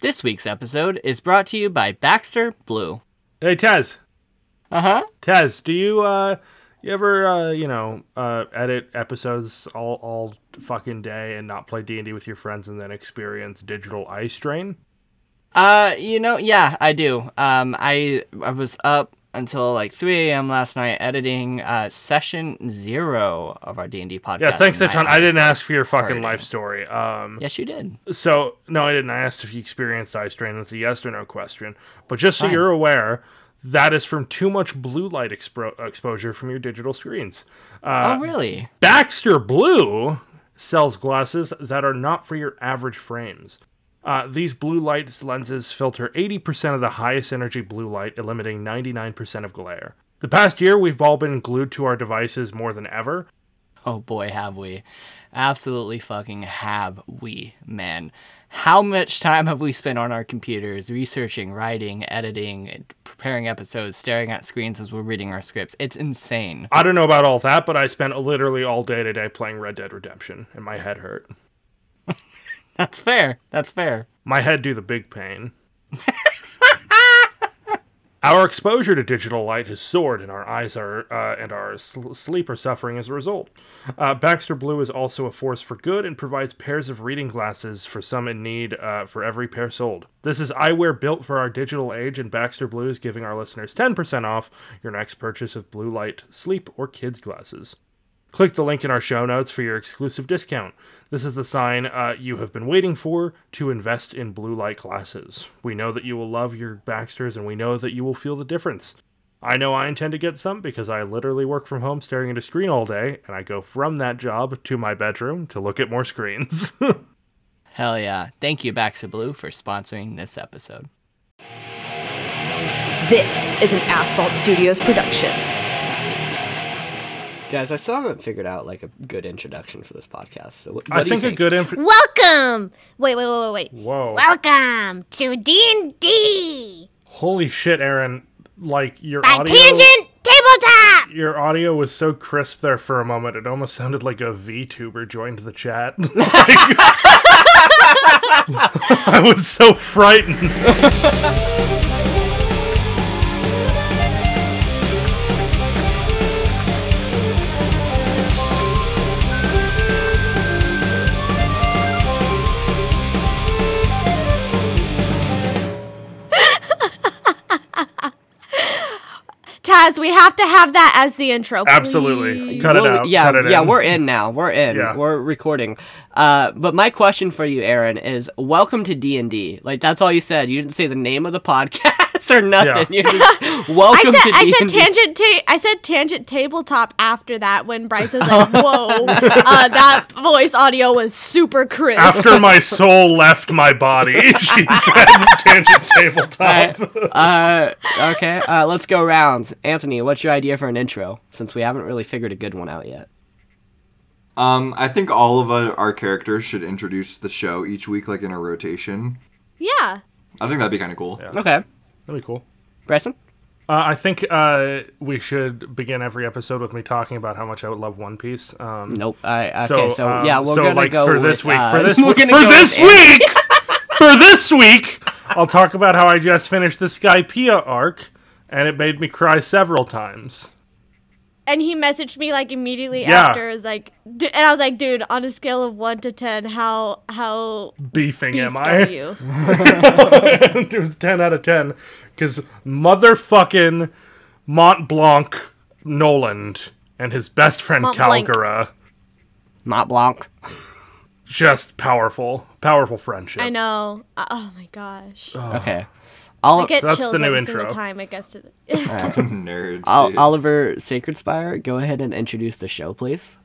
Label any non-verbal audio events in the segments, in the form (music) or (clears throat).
This week's episode is brought to you by Baxter Blue. Hey Tez, Uh huh. Tez, do you uh you ever uh you know uh edit episodes all all fucking day and not play D and D with your friends and then experience digital eye strain? Uh, you know, yeah, I do. Um, I I was up until like 3 a.m. last night editing uh, session zero of our D and D podcast. Yeah, thanks a and ton. my I didn't eyes- ask for your fucking hurting. life story. Um, Yes, you did. so no, I didn't. I asked if you experienced eye strain. That's a yes or no question. But just so Fine. you're aware. That is from too much blue light expro- exposure from your digital screens. oh, really? Baxter Blue sells glasses that are not for your average frames. Uh, these blue light lenses filter 80% of the highest energy blue light, eliminating 99% of glare. The past year, we've all been glued to our devices more than ever. Oh boy, have we. Absolutely fucking have we, man. How much time have we spent on our computers researching, writing, editing, and preparing episodes, staring at screens as we're reading our scripts? It's insane. (laughs) I don't know about all that, but I spent literally all day today playing Red Dead Redemption, and my head hurt. That's fair. That's fair. My head do the big pain. our exposure to digital light has soared, and our eyes are uh, and our sl- sleep are suffering as a result. Uh, Baxter Blue is also a force for good and provides pairs of reading glasses for some in need uh, for every pair sold. This is eyewear built for our digital age, and Baxter Blue is giving our listeners 10% off your next purchase of blue light, sleep, or kids glasses. Click the link in our show notes for your exclusive discount. This is the sign uh, you have been waiting for to invest in blue light glasses. We know that you will love your Baxters and we know that you will feel the difference. I know I intend to get some because I literally work from home staring at a screen all day, and I go from that job to my bedroom to look at more screens. (laughs) Hell yeah. Thank you, Baxter Blue, for sponsoring this episode. This is an Asphalt Studios production. Guys, I still haven't figured out like a good introduction for this podcast. So what, what I do you think a good imp- Welcome. Wait, wait, wait, wait, wait. Whoa. Welcome to D&D Holy shit, Aaron. Like your by audio Tangent Tabletop. your audio was so crisp there for a moment. It almost sounded like a VTuber joined the chat. (laughs) Like- I was so frightened. Taz, we have to have that as the intro. Absolutely. please. Cut it Well, out. Yeah, Cut it yeah, in. we're in now. We're in. Yeah. We're recording. Uh, but my question for you, Aaron, is welcome to D and D. Like that's all you said. You didn't say the name of the (laughs) podcast or nothing. Yeah. You (laughs) just, I welcome said, to I D said and D. tangent ta- I said tangent tabletop after that when Bryce was (laughs) like, "Whoa, uh, that voice audio was super crisp." After my soul left my body, (laughs) she said tangent tabletop. Okay, uh, let's go rounds. Anthony, what's your idea for an intro? Since we haven't really figured a good one out yet. Um, I think all of uh, our characters should introduce the show each week, like in a rotation. yeah. I think that'd be kind of cool. (laughs) Okay, That'd be cool. Bryson. Uh, I think uh, we should begin every episode with me talking about how much I would love One Piece. Um, Nope. I, So, okay, so um, yeah, we're so, gonna like, go for with, this week. uh, (laughs) for this we're week. gonna For go this with Aaron. week. for this week, I'll talk about how I just finished the Skypea arc, and it made me cry several times. And he messaged me like immediately Yeah. after. Is like, d- and I was like, "Dude, on a scale of one to ten, how how Beefing, beefed am (laughs) are I? you?" it was ten out of ten because motherfucking Mont Blanc Noland and his best friend Mont Blanc. Calgara Mont Blanc. just powerful, powerful friendship. I know. Uh, oh my gosh. Okay. All, I get that's the chills new every single intro. time it gets to the- (laughs) Nerds. Ol- dude. Oliver Sacred Spire, go ahead and introduce the show, please.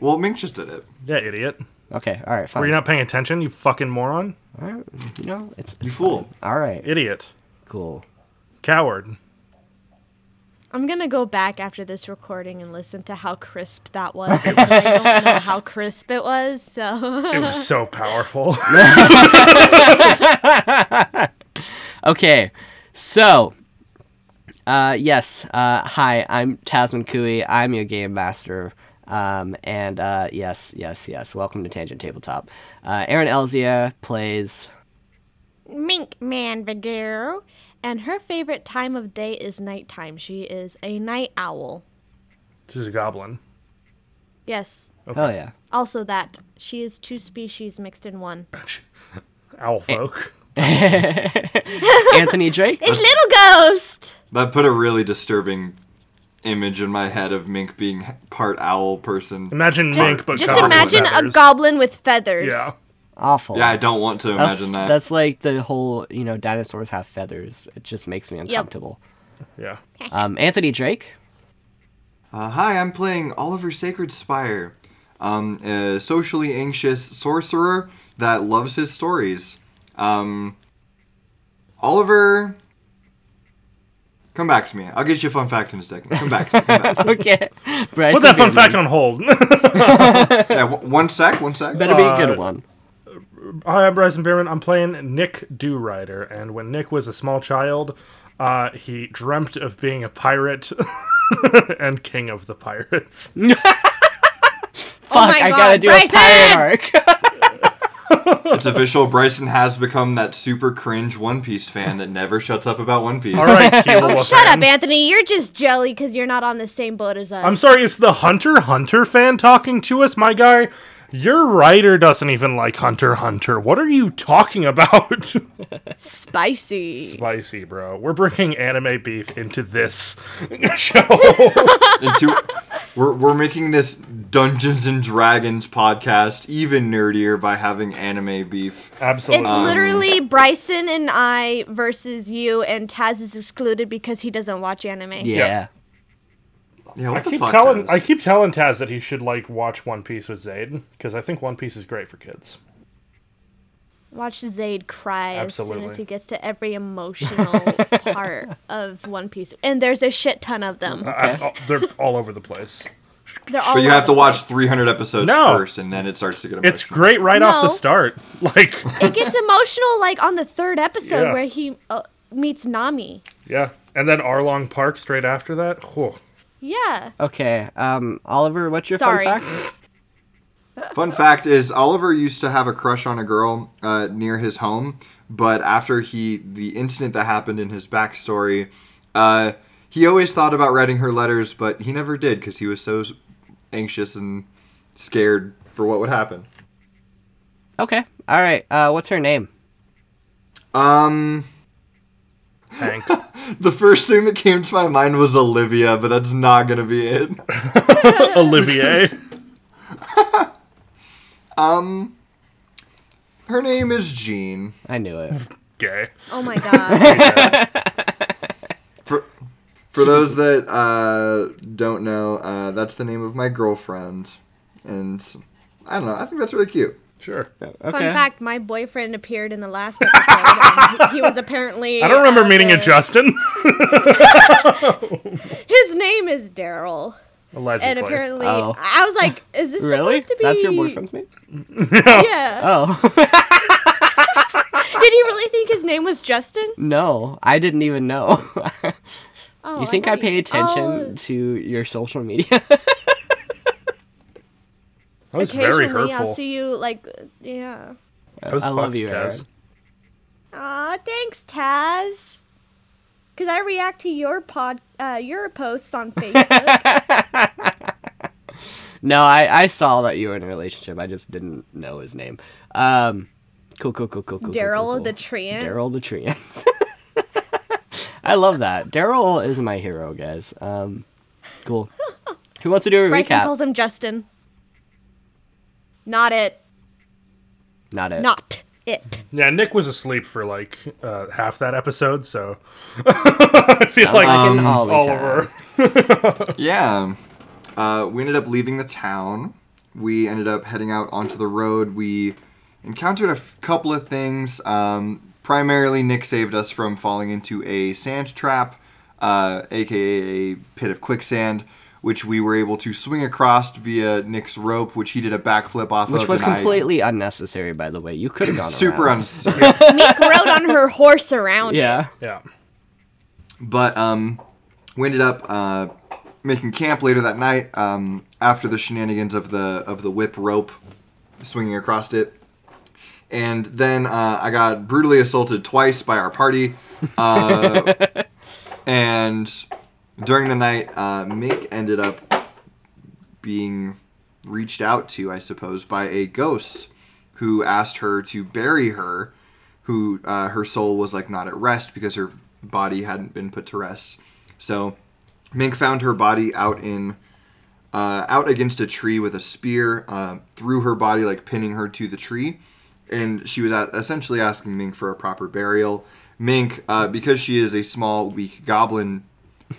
Well, Mink just did it. Yeah, idiot. Okay, all right, fine. Were you not paying attention? You fucking moron. You know, it's, You it's fool. all right. Idiot. Cool. Coward. I'm gonna go back after this recording and listen to how crisp (laughs) that was. because I don't know how crisp it was, so (laughs) (laughs) It was so powerful. Okay, so, uh, yes, uh, hi, I'm Tasman Cooey. I'm your game master. Um, and uh, yes, yes, yes. Welcome to Tangent Tabletop. Uh, Aaron Elzia plays Mink Man Badoo. And her favorite time of day is nighttime. She is a night owl. She's a goblin. Yes. Hell yeah. Also, that she is two species mixed in one. Owl folk. Anthony Drake? (laughs) It's Little Ghost! That put a really disturbing image in my head of Mink being part owl person. Imagine Just, mink, but just covered with imagine a feathers. goblin with feathers. Yeah. Awful. Yeah, I don't want to that's, imagine that. that's like the whole, you know, dinosaurs have feathers. It just makes me (laughs) uncomfortable. Yeah. Um, Anthony Drake? (laughs) Uh, hi, I'm playing Oliver Sacred Spire, um, a socially anxious sorcerer that loves his stories. Um, Oliver, come back to me. I'll get you a fun fact in a second. Come back. To me, come back. Okay. Bryce Put that is gonna fun fact on hold. (laughs) yeah, w- one sec. One sec. Better be a good one. Hi, I'm Bryson Behrman. I'm playing Nick Do Rider, and when Nick was a small child, uh, he dreamt of being a pirate (laughs) and king of the pirates. Oh Fuck, my I God, gotta do a pirate Bryson! arc. It's official. Bryson has become that super cringe One Piece fan that never shuts up about One Piece. All right, Kiwa Oh, Wolf shut fan. up, Anthony. You're just jelly because you're not on the same boat as us. I'm sorry, is the Hunter Hunter fan talking to us, my guy? Your writer doesn't even like Hunter Hunter. What are you talking about? (laughs) Spicy. Spicy, bro. We're bringing anime beef into this (laughs) show. Into, we're, we're making this Dungeons and Dragons podcast even nerdier by having anime beef. Absolutely. It's literally Bryson and I versus you, and Taz is excluded because he doesn't watch (laughs) anime. yeah. Yeah, what I the keep fuck? telling Taz? I keep telling Taz that he should like watch One Piece with Zayd because I think One Piece is great for kids. Watch Zayd cry as soon Absolutely. as he gets to every (laughs) emotional part of One Piece, and there's a shit ton (laughs) of them. I- I- they're all over the place. They're all. But you over have to the watch place. 300 episodes No. first, and then it starts to get emotional. It's great right off the No. start. (laughs) Like, It gets emotional like on the third episode Yeah. where he uh, meets Nami. yeah, and then Arlong Park straight after that. Whew. Yeah. Okay. Um, Oliver, what's your Sorry. fun fact? Fun fact is Oliver used to have a crush on a girl uh, near his home, but after he the incident that happened in his backstory, uh, he always thought about writing her letters, but he never did because he was so s- anxious and scared for what would happen. Okay. All right. Uh, what's her name? Um, (laughs) Hank. the first thing that came to my mind was Olivia, but that's not gonna be it. Olivier. Her name is Jean. I knew it. Gay. (laughs) Oh my god. For, for those that uh, don't know, uh, that's the name of my girlfriend, and I don't know. I think that's really cute. Sure. Fun Okay. fact: My boyfriend appeared in the last episode. and he, he was apparently. I don't remember uh, meeting a the- Justin. (laughs) His name is Daryl, Allegedly. and apparently, Oh. I was like, "Is this Really? supposed to be?" That's your boyfriend's name? (laughs) Yeah. Oh (laughs) Did he really think his name was Justin? no, I didn't even know. (laughs) Oh, you think I, thought pay you- attention Oh, to your social media? that was very occasionally, hurtful. I'll see you like, yeah. That was I love fucked, you, Aaron. Taz. Aw, thanks, Taz. Cause I react to your pod, uh, your posts on (laughs) Facebook. No, I, I saw that you were in a relationship. I just didn't know his name. Um, cool, cool, cool, cool, cool. cool, cool, Daryl cool. the Treant. Daryl the Treant. (laughs) I love that. Daryl is my hero, guys. Um, cool. Who wants to do a Bryson recap? calls him Justin. Not it. Not it. Not it. Yeah, Nick was asleep for like uh, half that episode, so (laughs) I feel like um, Fucking Ollie time. Oliver. Yeah. Uh, we ended up leaving the town. We ended up heading out onto the road. We encountered a f- couple of things. Um, primarily, Nick saved us from falling into a sand trap, uh, aka a pit of quicksand, which we were able to swing across via Nick's rope, which he did a backflip off of. Which was and I- completely unnecessary, by the way. You could (laughs) have gone super around. unnecessary. Nick rode on her horse around. Yeah. Yeah. But um, we ended up uh, making camp later that night um, after the shenanigans of the of the whip rope swinging across it, And then uh, I got brutally assaulted twice by our party. Uh, and during the night, uh, Mick ended up being reached out to, I suppose, by a ghost who asked her to bury her, who uh, her soul was like not at rest because her body hadn't been put to rest. So Mink found her body out in uh, out against a tree with a spear uh, through her body, like pinning her to the tree. And she was a essentially asking Mink for a proper burial. Mink, uh, because she is a small, weak goblin,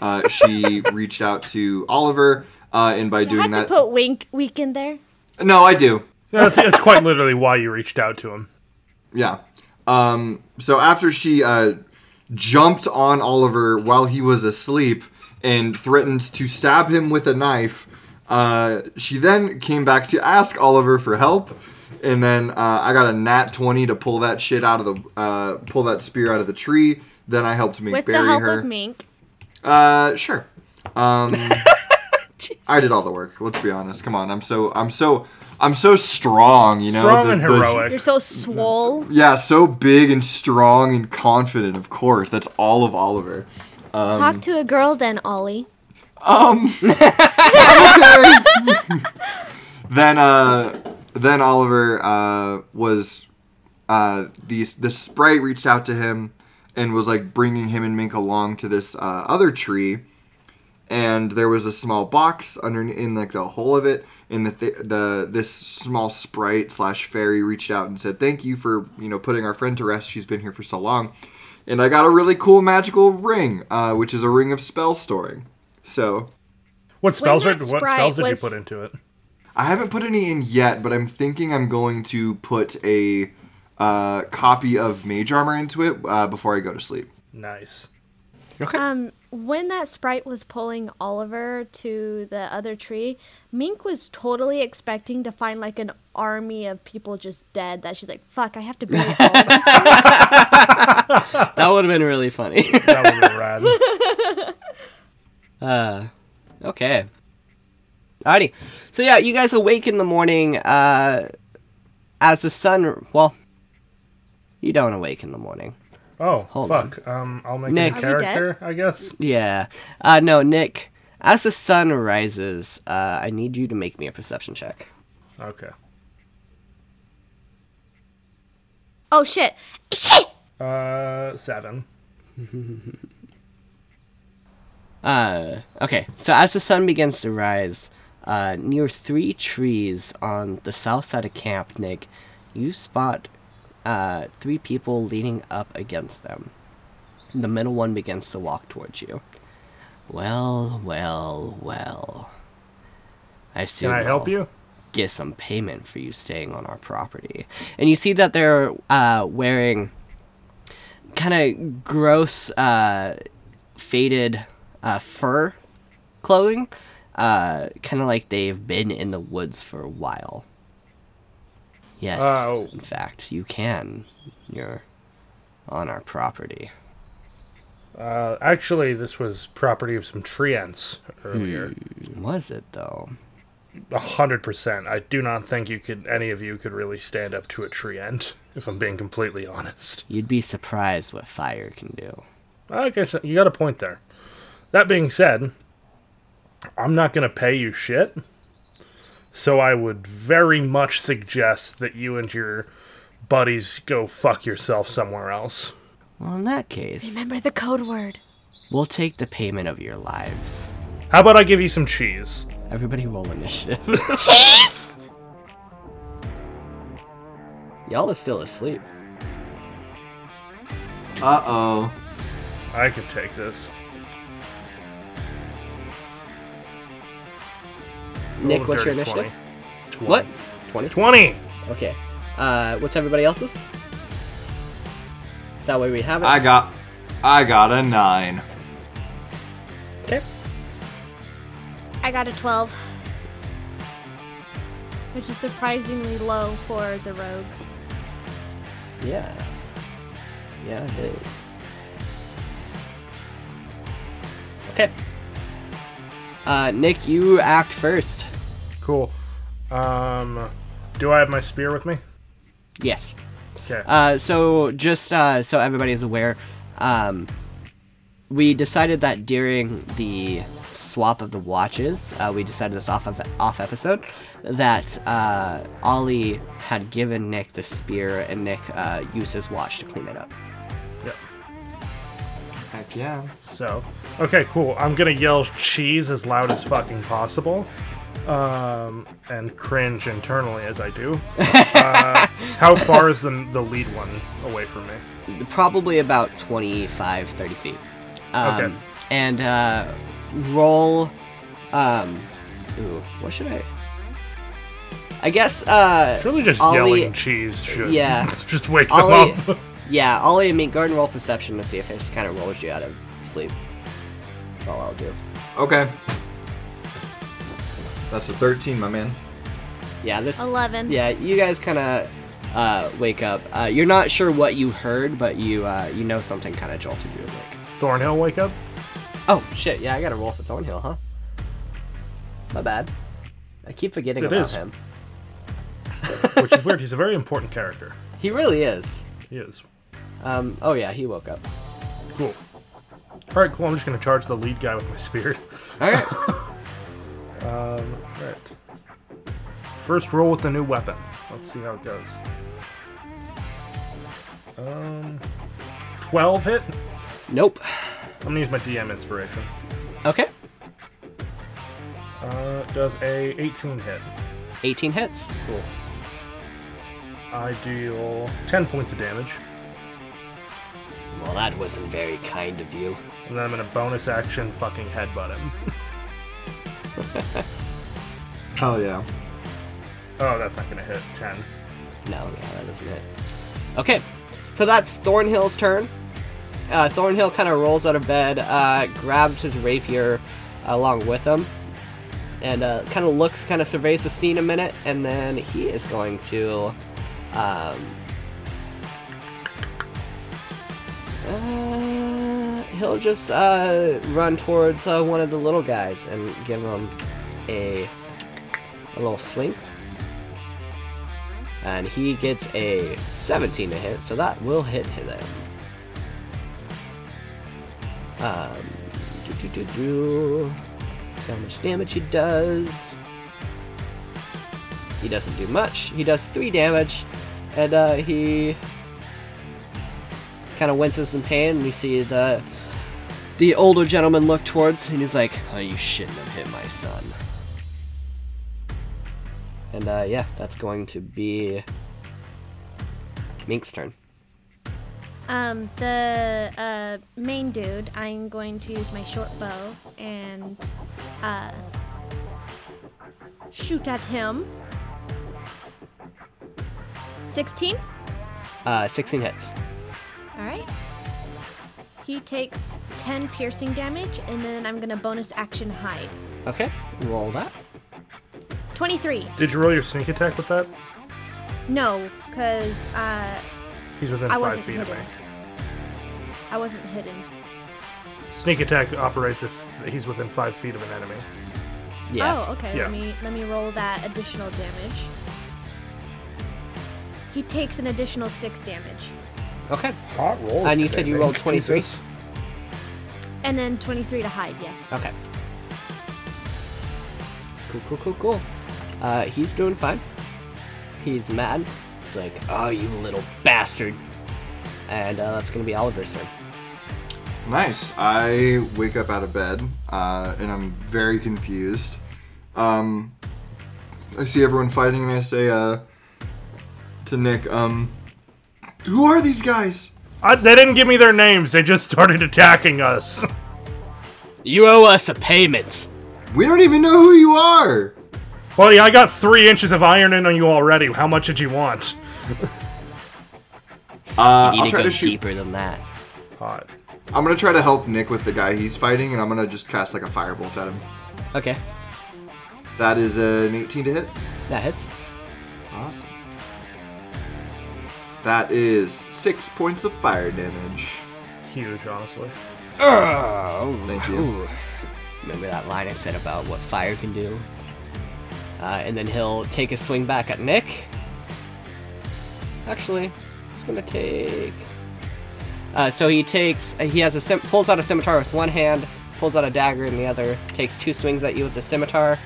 uh, she reached out to Oliver, uh, and by I doing had that, to put wink week in there. no, I do. Yeah, that's, that's quite literally why you reached out to him. Yeah. Um, so after she uh, jumped on Oliver while he was asleep and threatened to stab him with a knife, uh, she then came back to ask Oliver for help. And then uh, I got a nat twenty to pull that shit out of the uh, pull that spear out of the tree. Then I helped Mink With bury the help her. of Mink. Uh, sure. (laughs) Um, I did all the work. Let's be honest. Come on, I'm so I'm so I'm so strong. You know, Strong The- and the- heroic. You're so swole. yeah, so big and strong and confident, of course. That's all of Oliver. Um, Talk to a girl then, Ollie. (laughs) Then uh then Oliver uh was uh these the sprite reached out to him and was like bringing him and Mink along to this uh, other tree and there was a small box under in like the hole of it and the th- the this small sprite slash fairy reached out and said thank you for you know putting our friend to rest she's been here for so long and i got a really cool magical ring uh, which is a ring of spell storing so What spells that did what sprite spells did was- you put into it? I haven't put any in yet, but I'm thinking I'm going to put a uh, copy of Mage Armor into it uh, before I go to sleep. Nice. Um, when that sprite was pulling Oliver to the other tree, Mink was totally expecting to find like an army of people just dead. That she's like, "Fuck, I have to bury all these." (laughs) That would have been really funny. (laughs) That would have been (laughs) rad. Okay. Alrighty. So yeah, you guys awake in the morning, uh as the sun well you don't awake in the morning. Oh on. fuck. Um, I'll make Nick. a Are we dead? character, I guess. Yeah. Uh no, Nick, as the sun rises, uh I need you to make me a perception check. Okay. oh shit! Shit! Uh, seven. Uh, okay, so as the sun begins to rise, uh, near three trees on the south side of camp, Nick, you spot uh, three people leaning up against them. The middle one begins to walk towards you. Well, well, well. I see. Can I help you? Get some payment for you staying on our property. And you see that they're uh, wearing kind of gross, uh, faded uh, fur clothing, uh, kind of like they've been in the woods for a while. Yes, Oh. in fact, you can. You're on our property. Uh, actually, this was property of some treants earlier. Was it though? A hundred percent. I do not think you could, any of you could really stand up to a treant. (laughs) If I'm being completely honest. You'd be surprised what fire can do. I guess you got a point there. That being said, I'm not going to pay you shit. So I would very much suggest that you and your buddies go fuck yourself somewhere else. Well, in that case, Remember the code word. we'll take the payment of your lives. How about I give you some cheese? Everybody roll initiative. (laughs) Y'all are still asleep. Uh oh. I could take this. Nick, Roll a what's your dirty initiative? 20. What? 20? 20! Okay. Uh, what's everybody else's? That way we have it. I got I got a nine. okay. I got a twelve, which is surprisingly low for the rogue. Yeah. Yeah, it is. Okay. Uh, Nick, you act first. Cool. Um, do I have my spear with me? Yes. Okay. Uh, so just uh, so everybody's aware, um, we decided that during the swap of the watches, uh, we decided this off of, off episode that uh, Ollie had given Nick the spear and Nick uh, used his watch to clean it up. Yep. Heck yeah. So, okay, cool. I'm gonna yell cheese as loud as fucking possible, um, and cringe internally as I (laughs) do. uh, how far is the the lead one away from me? Probably about 25, 30 feet. Um, Okay. And uh, roll. Um, ooh, what should I? I guess. Uh, Surely just Ollie- yelling cheese should Yeah. (laughs) just wake Ollie, them (laughs) up. yeah, Ollie and Mink, go ahead and roll perception to see if this kind of rolls you out of sleep. That's all I'll do. Okay. That's a 13, my man. Yeah, this. 11. Yeah, you guys kind of uh, wake up. Uh, you're not sure what you heard, but you uh, you know something kind of jolted you awake. Thornhill, wake up. Oh shit! Yeah, I got to roll for Thornhill, huh? My bad. I keep forgetting It about is. him. Which is weird. He's a very important character. He really is. He is. Um, oh yeah, he woke up. Cool. All right, cool. I'm just gonna charge the lead guy with my spear. All (laughs) right. All right. First roll with the new weapon. Let's see how it goes. Um, twelve hit. nope. I'm gonna use my DM inspiration. Okay. Uh, does a 18 hit? 18 hits. Cool. I deal 10 points of damage, Well, that wasn't very kind of you. and then I'm gonna bonus action fucking headbutt him. (laughs) Hell yeah. oh, that's not gonna hit. 10. No, yeah, that isn't it. Okay, so that's Thornhill's turn. Uh, Thornhill kind of rolls out of bed, uh, grabs his rapier along with him, and uh, kind of looks, kind of surveys the scene a minute, and then he is going to. Um, uh, he'll just uh, run towards uh, one of the little guys and give him a, a little swing and he gets a 17 to hit, so that will hit him. Um, do do do do. See how much damage he does. He doesn't do much. He does three damage, and uh, he kind of winces in pain. We see the the older gentleman look towards, and he's like, "Oh, you shouldn't have hit my son." And uh, yeah, that's going to be Mink's turn. Um, the uh, main dude, I'm going to use my short bow and uh, shoot at him. 16? Uh, 16 hits. Alright. He takes 10 piercing damage, and then I'm gonna bonus action hide. Okay, roll that. 23. Did you roll your sneak attack with that? No, because uh, He's within I 5 wasn't feet of me. hidden. I wasn't hidden. Sneak attack operates if he's within 5 feet of an enemy. Yeah. Oh, okay. Yeah. Let me let me roll that additional damage. He takes an additional six damage, Okay. Hot rolls. And you today, said you Mink. rolled 23? (laughs) Jesus. and then 23 to hide. Yes. Okay. Cool, cool, cool, cool. Uh, he's doing fine. He's mad. He's like, oh, you little bastard. And uh, that's going to be Oliver's turn. Nice. I wake up out of bed uh, and I'm very confused. Um, I see everyone fighting and I say uh, to Nick, um, Who are these guys? I, they didn't give me their names, they just (laughs) started attacking us. You owe us a payment. We don't even know who you are. Buddy, I got 3 inches of iron in on you already. How much did you want? You Uh, I'll need to try go to shoot. deeper than that. Hot. I'm gonna try to help Nick with the guy he's fighting, and I'm gonna just cast like a firebolt at him. Okay. That is an 18 to hit. That hits. Awesome. That is six points of fire damage. Huge, honestly. Oh, Thank you. Ooh. Remember that line I said about what fire can do? Uh, and then he'll take a swing back at Nick. Actually, he's gonna take. Uh, so he takes. He has a scim- pulls out a scimitar with one hand, pulls out a dagger in the other. Takes two swings at you with the scimitar.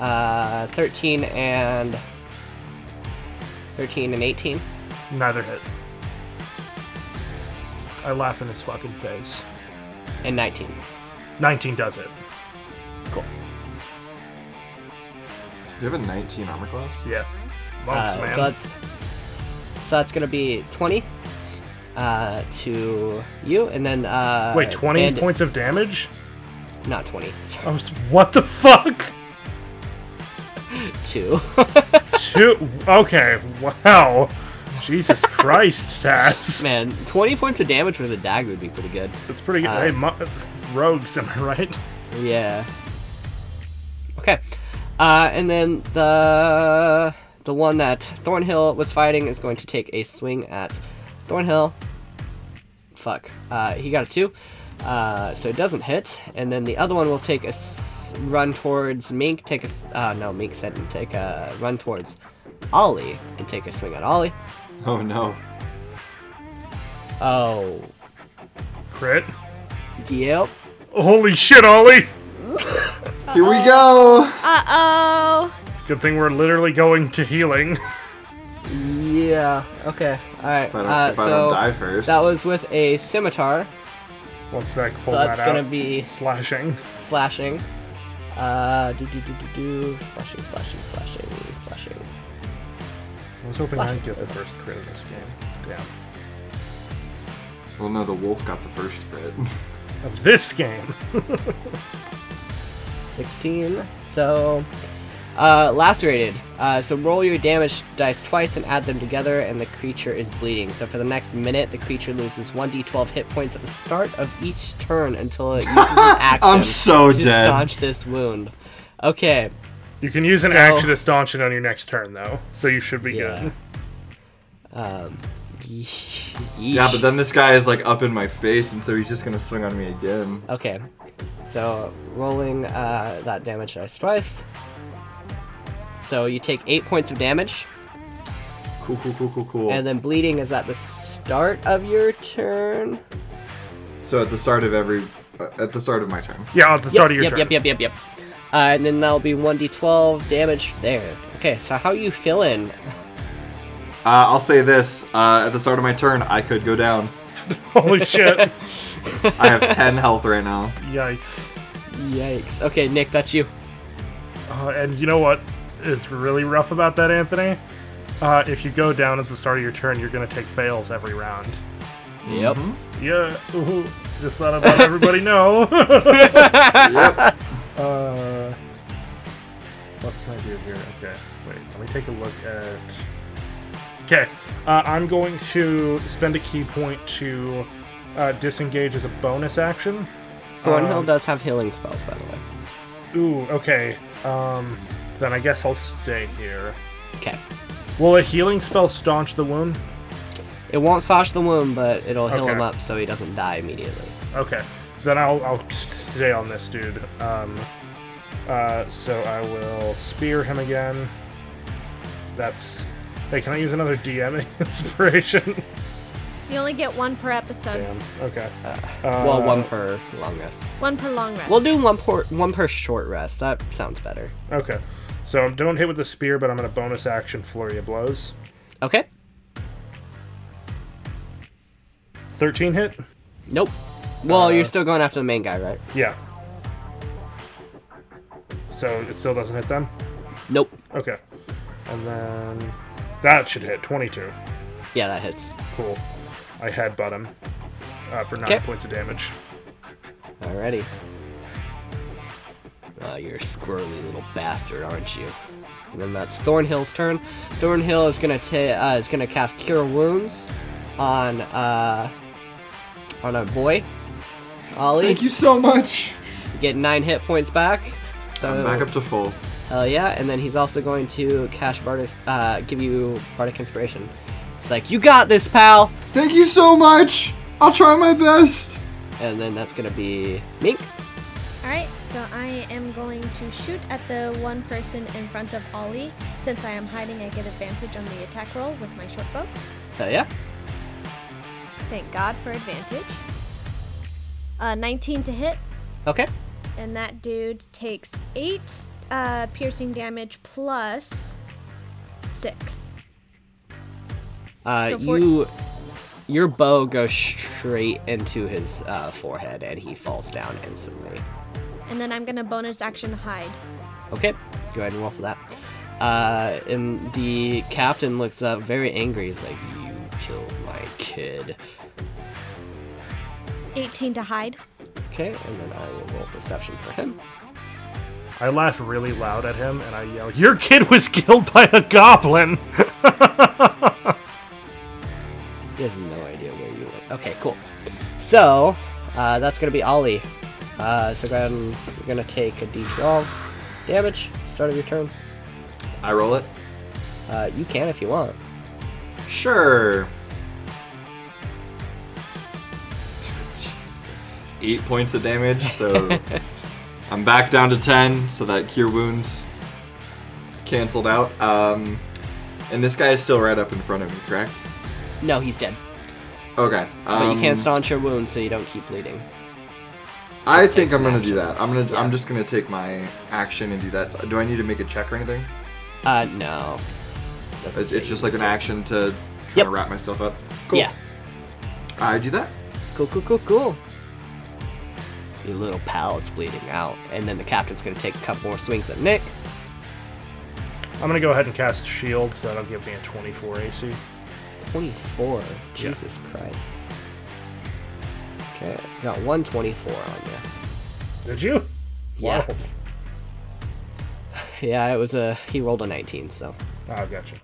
Uh, thirteen and thirteen and eighteen. Neither hit. I laugh in his fucking face. and 19. 19 does it. Cool. Do you have a 19 armor class? Yeah. Uh, Bumps, so man. that's so that's gonna be 20 uh, to you, and then uh, Wait, 20 and- points of damage? Not 20, (laughs) sorry, I was, what the fuck? two. (laughs) Two. Okay, wow. (laughs) Jesus Christ, Taz. Man, 20 points of damage with a dagger would be pretty good. That's pretty uh, good. hey, mo- rogues, am I right? Yeah. Okay, uh, and then the the one that Thornhill was fighting is going to take a swing at Thornhill. Fuck, uh, he got a two, uh, so it doesn't hit. And then the other one will take a s- run towards Mink. Take a s- uh, no, Mink said to take a run towards Ollie and take a swing at Ollie. (laughs) Oh no. Oh, Crit. yep. Holy shit, Ollie! Here we go! Uh oh. Good thing we're literally going to healing. (laughs) Yeah. Okay. All right. If I don't, uh, if I so don't die first. that was with a scimitar. One sec, pull So that's that gonna out. be Slashing. slashing. Uh, do do do do do. Slashing, slashing, slashing, slashing. I was hoping I'd get the first crit of this game. Yeah. Well, no, the wolf got the first crit. (laughs) Of this game. 16. So, uh, lacerated. Uh, so roll your damage dice twice and add them together, and the creature is bleeding. So for the next minute, the creature loses 1d12 hit points at the start of each turn until it uses an (laughs) action I'm so to dead. staunch this wound. Okay. You can use an So- action to staunch it on your next turn, though, so you should be Yeah. good. Um. yeesh. yeah, but then this guy is like up in my face, and so he's just gonna swing on me again. Okay. So rolling uh, that damage dice twice. So you take eight points of damage, Cool, cool, cool, cool, cool. and then bleeding is at the start of your turn. so at the start of every, uh, at the start of my turn. Yeah, at the start of your yep, turn. yep, yep, yep, yep. Uh, and then that'll be one d12 damage there. Okay, so how you feeling? Uh, I'll say this: uh, at the start of my turn, I could go down. (laughs) Holy (laughs) shit. I have 10 health right now. Yikes. Yikes. Okay, Nick, that's you. Uh, and you know what is really rough about that, Anthony? Uh, if you go down at the start of your turn, you're going to take fails every round. Yep. Mm-hmm. Yeah, ooh, just thought I'd let everybody know. Yep. uh, what can I do here? Okay, wait, let me take a look at. Okay, uh, I'm going to spend a key point to uh, disengage as a bonus action. Thornhill Um, does have healing spells, by the way. Ooh, okay. Um, then I guess I'll stay here. Okay. Will a healing spell staunch the wound? It won't sash the wound, but it'll heal Okay. him up so he doesn't die immediately. Okay, then I'll, I'll s- stay on this dude. Um, uh, so I will spear him again. That's. Hey, can I use another DM (laughs) inspiration? You only get one per episode, Damn. Okay. Uh, well, one per long rest. one per long rest. We'll do one per one per short rest. That sounds better. Okay. So I don't hit with the spear, but I'm gonna bonus action flurry of blows. Okay. Thirteen hit. Nope. Well, you're Uh. still going after the main guy, right? Yeah. So it still doesn't hit them. Nope. Okay. And then that should hit twenty-two. Yeah, that hits. Cool. I headbutt him uh, for nine Okay. points of damage. Alrighty. Uh, you're a squirrely little bastard, aren't you? And then that's Thornhill's turn. Thornhill is gonna ta- uh, is gonna cast Cure Wounds on uh, on our boy Ollie. Thank you so much. Get nine hit points back. So I'm back up to full. Hell yeah! And then he's also going to cash Bardic, uh, give you Bardic Inspiration. It's like, you got this, pal! Thank you so much. I'll try my best. And then that's gonna be Mink. All right, so I am going to shoot at the one person in front of Ollie. Since I am hiding, I get advantage on the attack roll with my short bow. Hell yeah. Thank God for advantage. Uh, 19 to hit, Okay. and that dude takes 8 uh, piercing damage plus 6. Uh, So for- you, your bow goes straight into his uh, forehead, and he falls down instantly. And then I'm going to bonus action hide. Okay, go ahead and roll for that. Uh, and the captain looks up very angry. He's like, "You killed my kid." 18 to hide. Okay, and then I will roll perception for him. I laugh really loud at him and I yell, Your kid was killed by a goblin! He has no idea where you went. Okay, cool. So, uh, that's gonna be Ollie. Uh, so go ahead and you're gonna take a d12 damage. Start of your turn. I roll it. Uh, you can if you want. Sure. (laughs) Eight points of damage, (laughs) so I'm back down to ten, so that cure wounds canceled out. Um, and this guy is still right up in front of me, correct? No, he's dead. Okay. But Um, you can staunch your wound so you don't keep bleeding. I think takes I'm an gonna do action. that. I'm gonna. I'm just gonna take my action and do that. Do I need to make a check or anything? Uh, no. Doesn't It's, say it's you just like can an do it. action to kind Yep. of wrap myself up. Yeah. I do that. Cool, cool, cool, cool. Your little pal is bleeding out, and then the captain's gonna take a couple more swings at Nick. I'm gonna go ahead and cast shield, so that'll give me a 24 AC. 24. Jesus Christ. Okay, got 124 on you. Did you? Yeah. Wow. Yeah, it was a. He rolled a 19, so. Oh, I gotcha.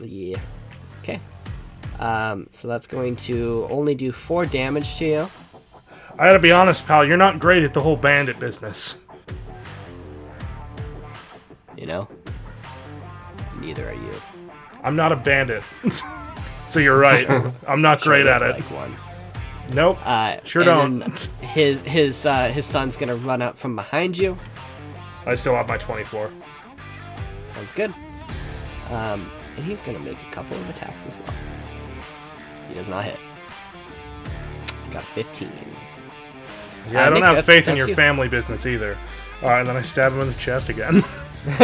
Yeah. Okay. Um, so that's going to only do 4 damage to you. I gotta be honest, pal, you're not great at the whole bandit business. You know? Neither are you. I'm not a bandit. (laughs) so you're (laughs) right. I'm not great Sure at look Like it. one. Nope. Uh, Sure and don't. then His his uh, his son's gonna run up from behind you. I still have my 24. Sounds good. Um, and he's gonna make a couple of attacks as well. He does not hit. Got 15. Yeah, Uh, I don't Nick, have that's- faith in that's your you. family business either. Uh, and then I stab him in the chest again. (laughs)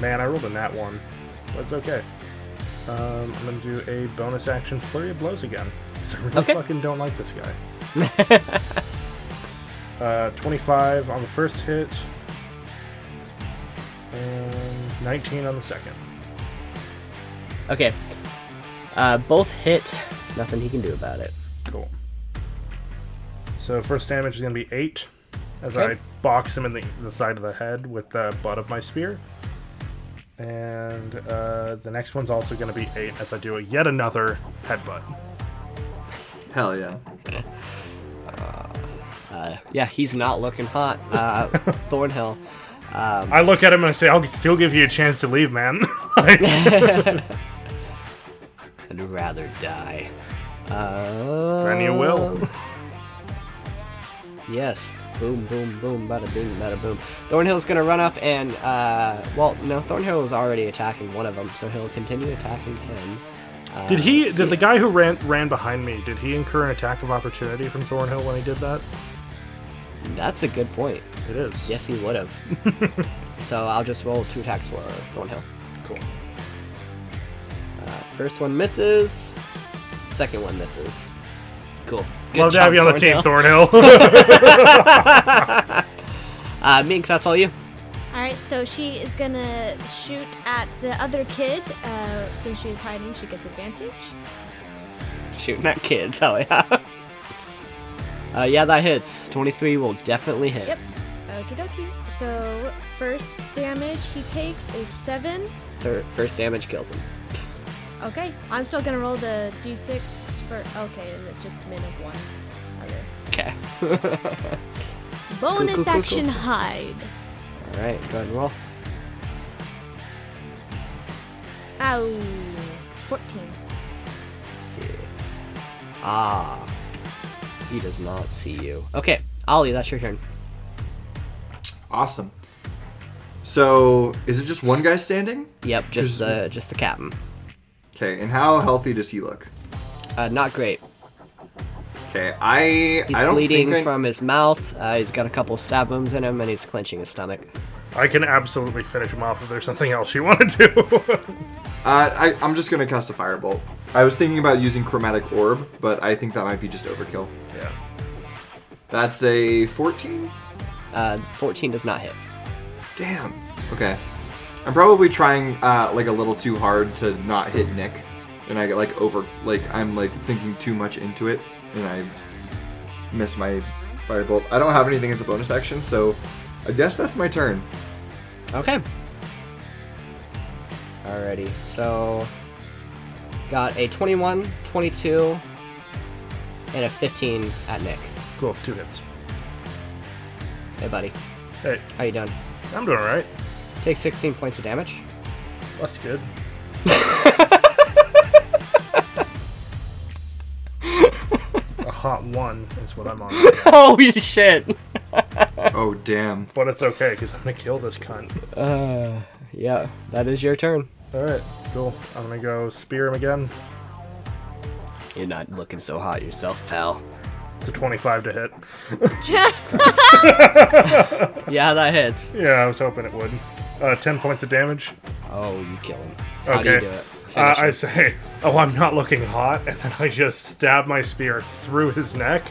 Man, I rolled a nat one. That's okay. Um, I'm gonna do a bonus action flurry of blows again. 'cause I really Okay. fucking don't like this guy. (laughs) uh, 25 on the first hit, and 19 on the second. Okay. Uh, both hit. There's nothing he can do about it. Cool. So first damage is gonna be eight, as Okay. I box him in the, the side of the head with the butt of my spear. And uh, the next one's also gonna be eight, as I do a yet another headbutt. Hell yeah. Yeah, he's not looking hot. (laughs) Uh, Thornhill. I look at him and I say, "I'll still give you a chance to leave, man." (laughs) Like, I'd rather die. Uh, then you will. Yes. Boom, boom, boom, bada bing, bada boom. Thornhill's gonna run up and, uh, well, no, Thornhill was already attacking one of them, so he'll continue attacking him. Did he? Um, let's Did see. the guy who ran ran behind me? Did he incur an attack of opportunity from Thornhill when he did that? That's a good point. It is. Yes, he would have. (laughs) so I'll just roll two attacks for Thornhill. Cool. Uh, first one misses, second one misses. Cool. Good Love to have job, you on the team, Thornhill. (laughs) Uh, Mink, that's all you. All right, so she is gonna shoot at the other kid. Uh, since she's hiding, she gets advantage. Shooting at kids, hell yeah. (laughs) Uh, yeah, that hits. 23 will definitely hit. Yep. Okie dokie. So first damage he takes is seven. Thir- first damage kills him. Okay, I'm still gonna roll the d6 for. Okay, and it's just min of one. Other. (laughs) Okay. Bonus cool, cool, action cool. hide. All right, go ahead and roll. Ow. 14. Let's see. Ah. He does not see you. Okay, Ollie, that's your turn. Awesome. So is it just one guy standing? Yep, just Who's- the just the captain. Okay, and how healthy does he look? Uh, not great. Okay, I He's I don't bleeding think I, from his mouth. Uh, he's got a couple stab wounds in him, and he's clenching his stomach. I can absolutely finish him off if there's something else you want to do. (laughs) Uh, I I'm just gonna cast a firebolt. I was thinking about using chromatic orb, but I think that might be just overkill. yeah. That's a 14. Uh, 14 does not hit. Damn. Okay. I'm probably trying uh, like a little too hard to not hit Nick, and I get like over like I'm like thinking too much into it, and I miss my firebolt. I don't have anything as a bonus action, so I guess that's my turn. Okay. Alrighty. So, got a 21, 22, and a 15 at Nick. Cool. Two hits. Hey, buddy. Hey, How you doing? I'm doing all right. Take 16 points of (laughs) damage. That's good. a hot one is what I'm on. right now. Oh shit! Oh damn. But it's okay because I'm gonna kill this cunt. Yeah, that is your turn. All right. Cool. I'm gonna go spear him again. You're not looking so hot yourself, pal. It's a 25 to hit. Yeah, that hits. Yeah, I was hoping it would. Uh, 10 points of damage. Oh, you kill him. How do you Okay. do it? Uh, Finish I him. say, (laughs) "Oh, I'm not looking hot," and then I just stab my spear through his neck,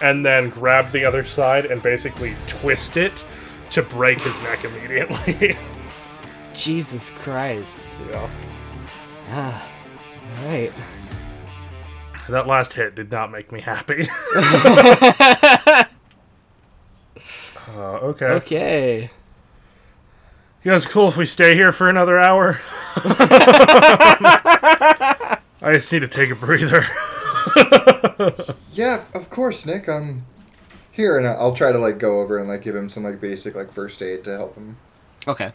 and then grab the other side and basically twist it to break his neck immediately. (laughs) Jesus Christ. Ah, yeah. Alright. That last hit did not make me happy. (laughs) uh, okay. Okay. Yeah, it's cool if we stay here for (laughs) another hour. I just need to take a breather. Yeah, of course, Nick. I'm here, and I'll try to like go over and like give him some like basic like first aid to help him. Okay.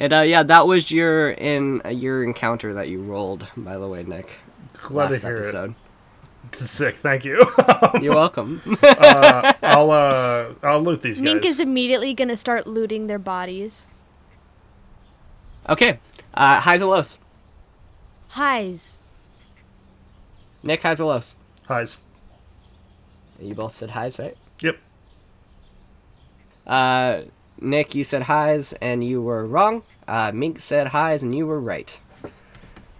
And uh, yeah, that was your in uh, your encounter that you rolled, by the way, Nick. (laughs) Glad last to hear episode. it. Sick. Thank you. (laughs) Um, You're welcome. (laughs) I'll uh, I'll loot these Mink guys. is immediately gonna start looting their bodies. okay. Uh, highs and lows. Highs. Nick, highs and lows. Highs. You both said highs, right? Yep. Uh, Nick, you said highs and you were wrong. Uh, Mink said highs and you were right.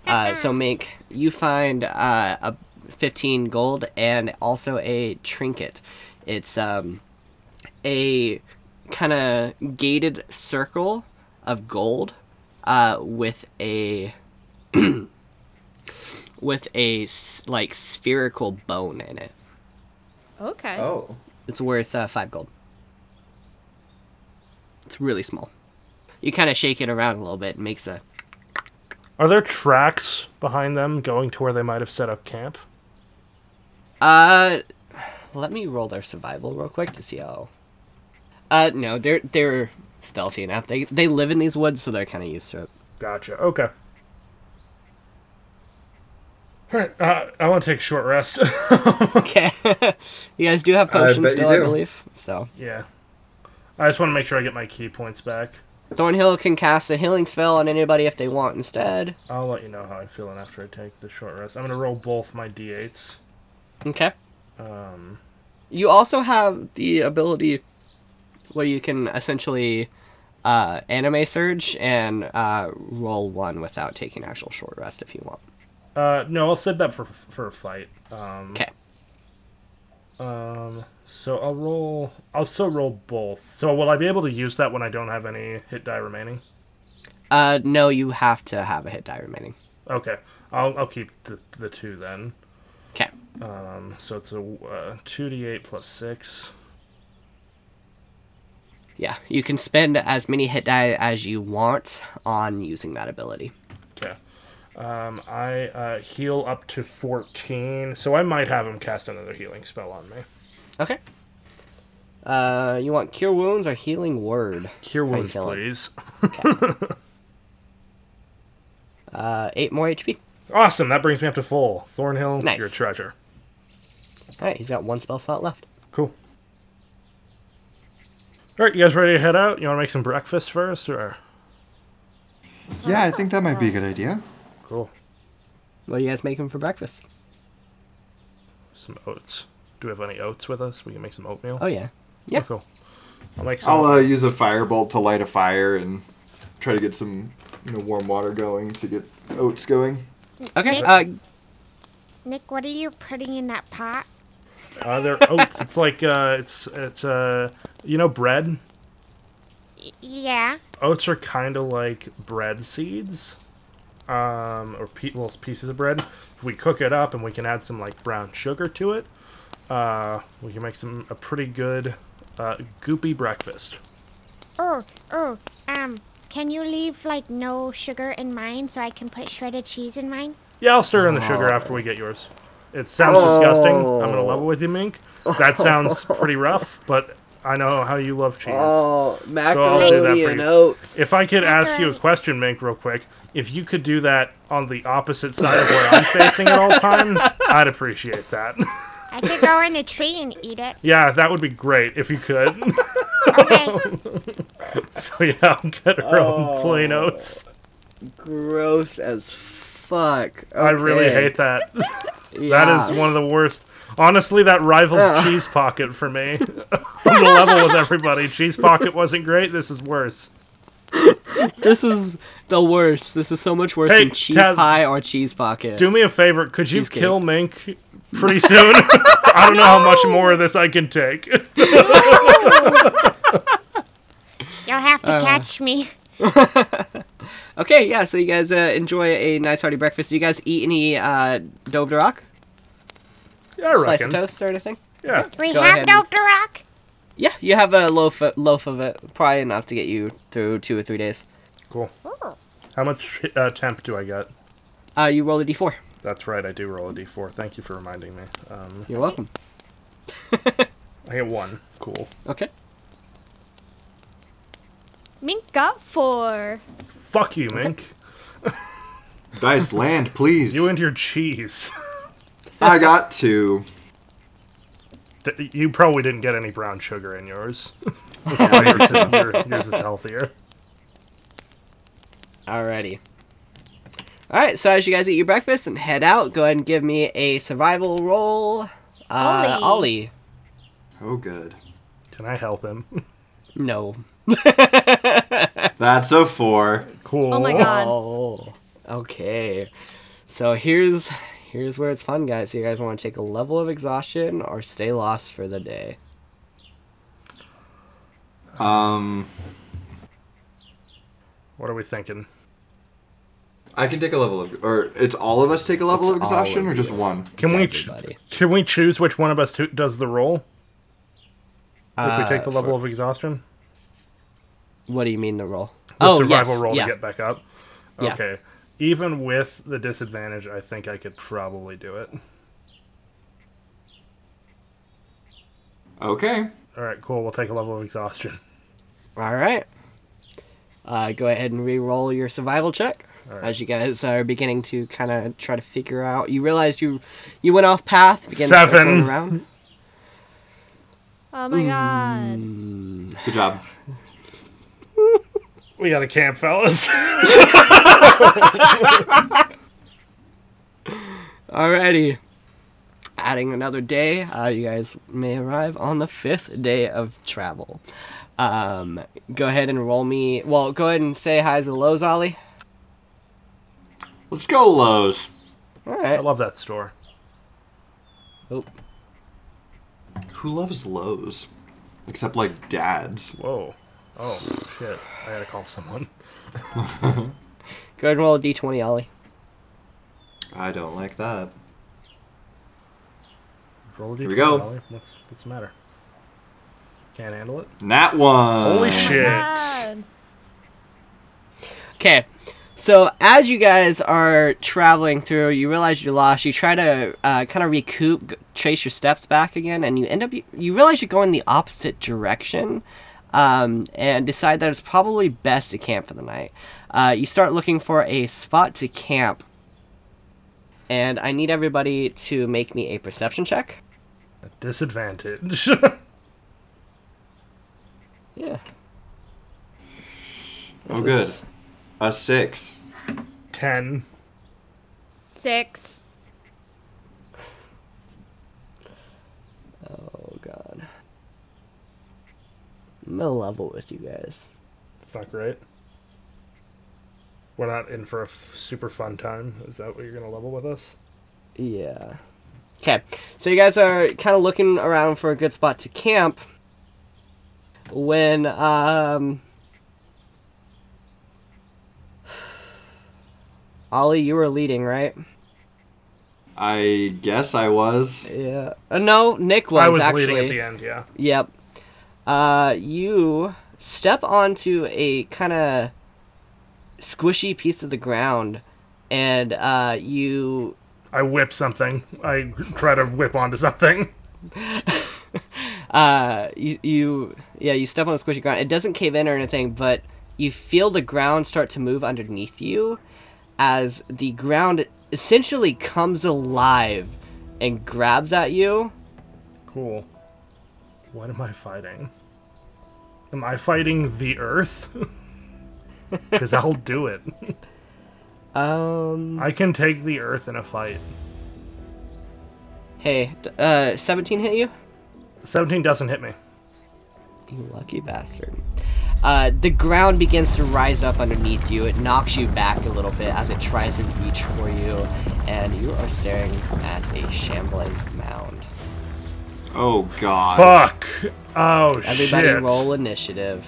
Uh, so, Mink, you find uh, a 15 gold and also a trinket. It's um, a kind of gated circle of gold uh, with a (clears throat) with a s- like spherical bone in it. Okay. Oh. It's worth uh, five gold. It's really small. You kind of shake it around a little bit. It makes a. Are there tracks behind them going to where they might have set up camp? Uh, let me roll their survival real quick to see how. Uh, no, they're they're stealthy enough. They they live in these woods, so they're kind of used to it. (laughs) Gotcha. Okay. All right. Uh, I want to take a short rest. (laughs) Okay, you guys do have potions bet you still, I do. believe. So yeah. I just want to make sure I get my key points back. Thornhill can cast a healing spell on anybody if they want instead. I'll let you know how I'm feeling after I take the short rest. I'm gonna roll both my d8s. Okay. Um. You also have the ability where you can essentially uh, anime surge and uh, roll one without taking actual short rest if you want. Uh, no, I'll save that for for a fight. Um, Okay. so I'll roll. I'll still roll both. So will I be able to use that when I don't have any hit die remaining? Uh, no, you have to have a hit die remaining. Okay. I'll I'll keep the the two then. Okay. So it's a uh, 2d8 plus 6. Yeah, you can spend as many hit die as you want on using that ability. Okay. Um, I uh, heal up to 14, so I might have him cast another healing spell on me. Okay. Uh, you want cure wounds or healing word? Cure How you wounds, feeling? please. Uh, eight more HP. Awesome, that brings me up to full. Thornhill, Nice. you're a treasure. All right, he's got one spell slot left. Cool. All right, you guys ready to head out? You want to make some breakfast first, or Yeah, I think that might be a good idea. cool? What are you guys making for breakfast? some oats. Do we have any oats with us? We can make some oatmeal. Oh yeah, yeah. cool. I'll make some. I'll uh, use a firebolt to light a fire and try to get some you know warm water going to get oats going. Okay. Uh, Nick, what are you putting in that pot? uh, they're oats. (laughs) It's like uh, it's it's uh, you know bread. Yeah. Oats are kind of like bread seeds, um, or pe- little pieces of bread. We cook it up and we can add some like brown sugar to it. Uh, we can make some a pretty good uh, goopy breakfast. Oh, oh, um, can you leave like no sugar in mine so I can put shredded cheese in mine? Yeah, I'll stir in the sugar after we get yours. It sounds disgusting. I'm gonna level with you, Mink. That sounds pretty rough, but I know how you love cheese. oh, I'll do that macaroni for and you. oats. If I could ask you a question, Mink, real quick, if you could do that on the opposite side of where I'm facing at all times, I'd appreciate that. (laughs) I could go in a tree and eat (laughs) it. yeah, that would be great if you could. (laughs) Okay. so yeah, I'll get her own plain oats. Gross as fuck. I really hate that. (laughs) That is one of the worst. Honestly, that rivals Cheese Pocket for (laughs) me. On the level with everybody. Cheese Pocket wasn't great. This is worse. This is the worst. This is so much worse Hey, than cheese Taz- pie or cheese pocket. Do me a favor. Could you Cheesecake. kill Mink pretty soon? (laughs) I don't know how much more of this I can take. (laughs) You'll have Uh, to catch me. okay, yeah. So you guys uh, enjoy a nice hearty breakfast. Do you guys eat any uh, Dove de Rock? yeah, I Slice reckon. of toast or anything? Yeah. We Go have ahead and- Dr. Rock. Yeah, you have a loaf loaf of it, probably enough to get you through two or three days. Cool. Oh. How much uh, temp do I get? Uh, you roll a d4. That's right, I do roll a d4. Thank you for reminding me. Um, You're welcome. I get one. Cool. Okay. Mink got four. Fuck you, Mink. Dice land, please. You and your cheese. (laughs) (laughs) I got two. Th- You probably didn't get any brown sugar (laughs) in yours. yours, is- your- yours is healthier. Alrighty. Alright, so as you guys eat your breakfast and head out, go ahead and give me a survival roll. Uh, Ollie. Ollie. Oh, good. Can I help him? (laughs) No. That's a four. Cool. Oh my god. Oh. Okay. So here's here's where it's fun, guys. You guys want to take a level of exhaustion or stay lost for the day? Um, What are we thinking? I can take a level of, or it's all of us take a level of It's all exhaustion, of or just one. Can we It's ch- everybody. can we choose which one of us who does the roll? if we Uh, take the level for- of exhaustion, What do you mean the roll? the survival roll Oh, yeah. to get back up. Yeah. Okay. Even with the disadvantage, I think I could probably do it. Okay. All right, cool. We'll take a level of exhaustion. All right. Uh, go ahead and re-roll your survival check as you guys are beginning to kind of try to figure out. You realized you you went off path. Begin to start Seven. going around. Oh my god. Good job. We got a camp, fellas. (laughs) Alrighty. Adding another day, uh, you guys may arrive on the fifth day of travel. Um, go ahead and roll me. Well, go ahead and say highs and lows, Ollie. Let's go lows. All I right. love that store. Oh, Who loves lows? Except like dads. Whoa. Oh shit! I gotta call someone. go ahead and roll a d20, Ollie. I don't like that. Roll a we d20, go. Ollie. What's what's the matter? Can't handle it. That one. Holy shit! God. Okay. So as you guys are traveling through, you realize you're lost. You try to uh, kind of recoup, g- trace your steps back again, and you end up. You realize you're going the opposite direction, um, and decide that it's probably best to camp for the night. Uh, you start looking for a spot to camp, and I need everybody to make me a perception check. Disadvantage. (laughs) Yeah. Oh, good. A six. Ten. Six. Oh, no level with you guys. It's not great. We're not in for a f- super fun time. Is that what you're gonna level with us? Yeah. Okay, so you guys are kind of looking around for a good spot to camp when um, Ollie, you were leading, right? I guess I was. Yeah. Uh, no, Nick was, I was actually. leading at the end. Yeah. Yep. Uh, you step onto a kind of squishy piece of the ground, and uh, you I whip something. I try to whip onto something. uh, you, you yeah you step on the squishy ground it doesn't cave in or anything but you feel the ground start to move underneath you as the ground essentially comes alive and grabs at you Cool. What am I fighting? Am I fighting the Earth? (laughs) Because I'll do it. um I can take the Earth in a fight. hey d- uh 17 hit you 17 doesn't hit me. You lucky bastard. Uh, the ground begins to rise up underneath you. It knocks you back a little bit as it tries to reach for you, and you are staring at a shambling mound. Oh god. Fuck. Oh Everybody shit. roll initiative.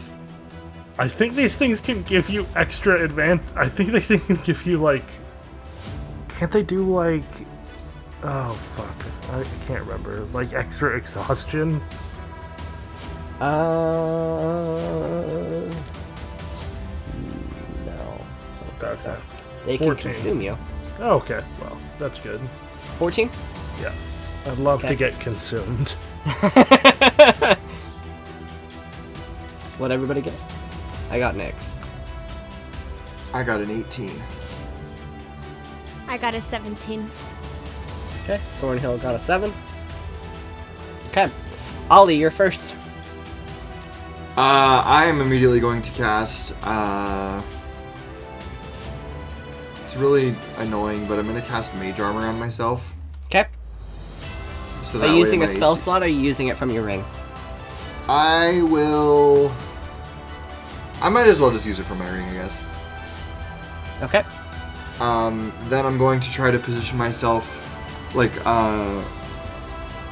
I think these things can give you extra advantage. I think they can (laughs) give you like. Can't they do like? Oh fuck! I I can't remember. Like extra exhaustion. Uh, no. That's it. They 14. can consume you. Oh, okay. Well, that's good. 14? (laughs) Yeah. I'd love to Okay. get consumed. (laughs) What everybody get? I got Nyx. I got an 18. I got a 17. Okay. Thornhill got a 7. Okay. Ollie, you're first. Uh, I am immediately going to cast. Uh, it's really annoying, but I'm going to cast Mage Armor on myself. Okay. So Are that you way using my a spell AC slot or are you using it from your ring? I will. I might as well just use it for my ring, I guess. Okay. Um, then I'm going to try to position myself, like, uh,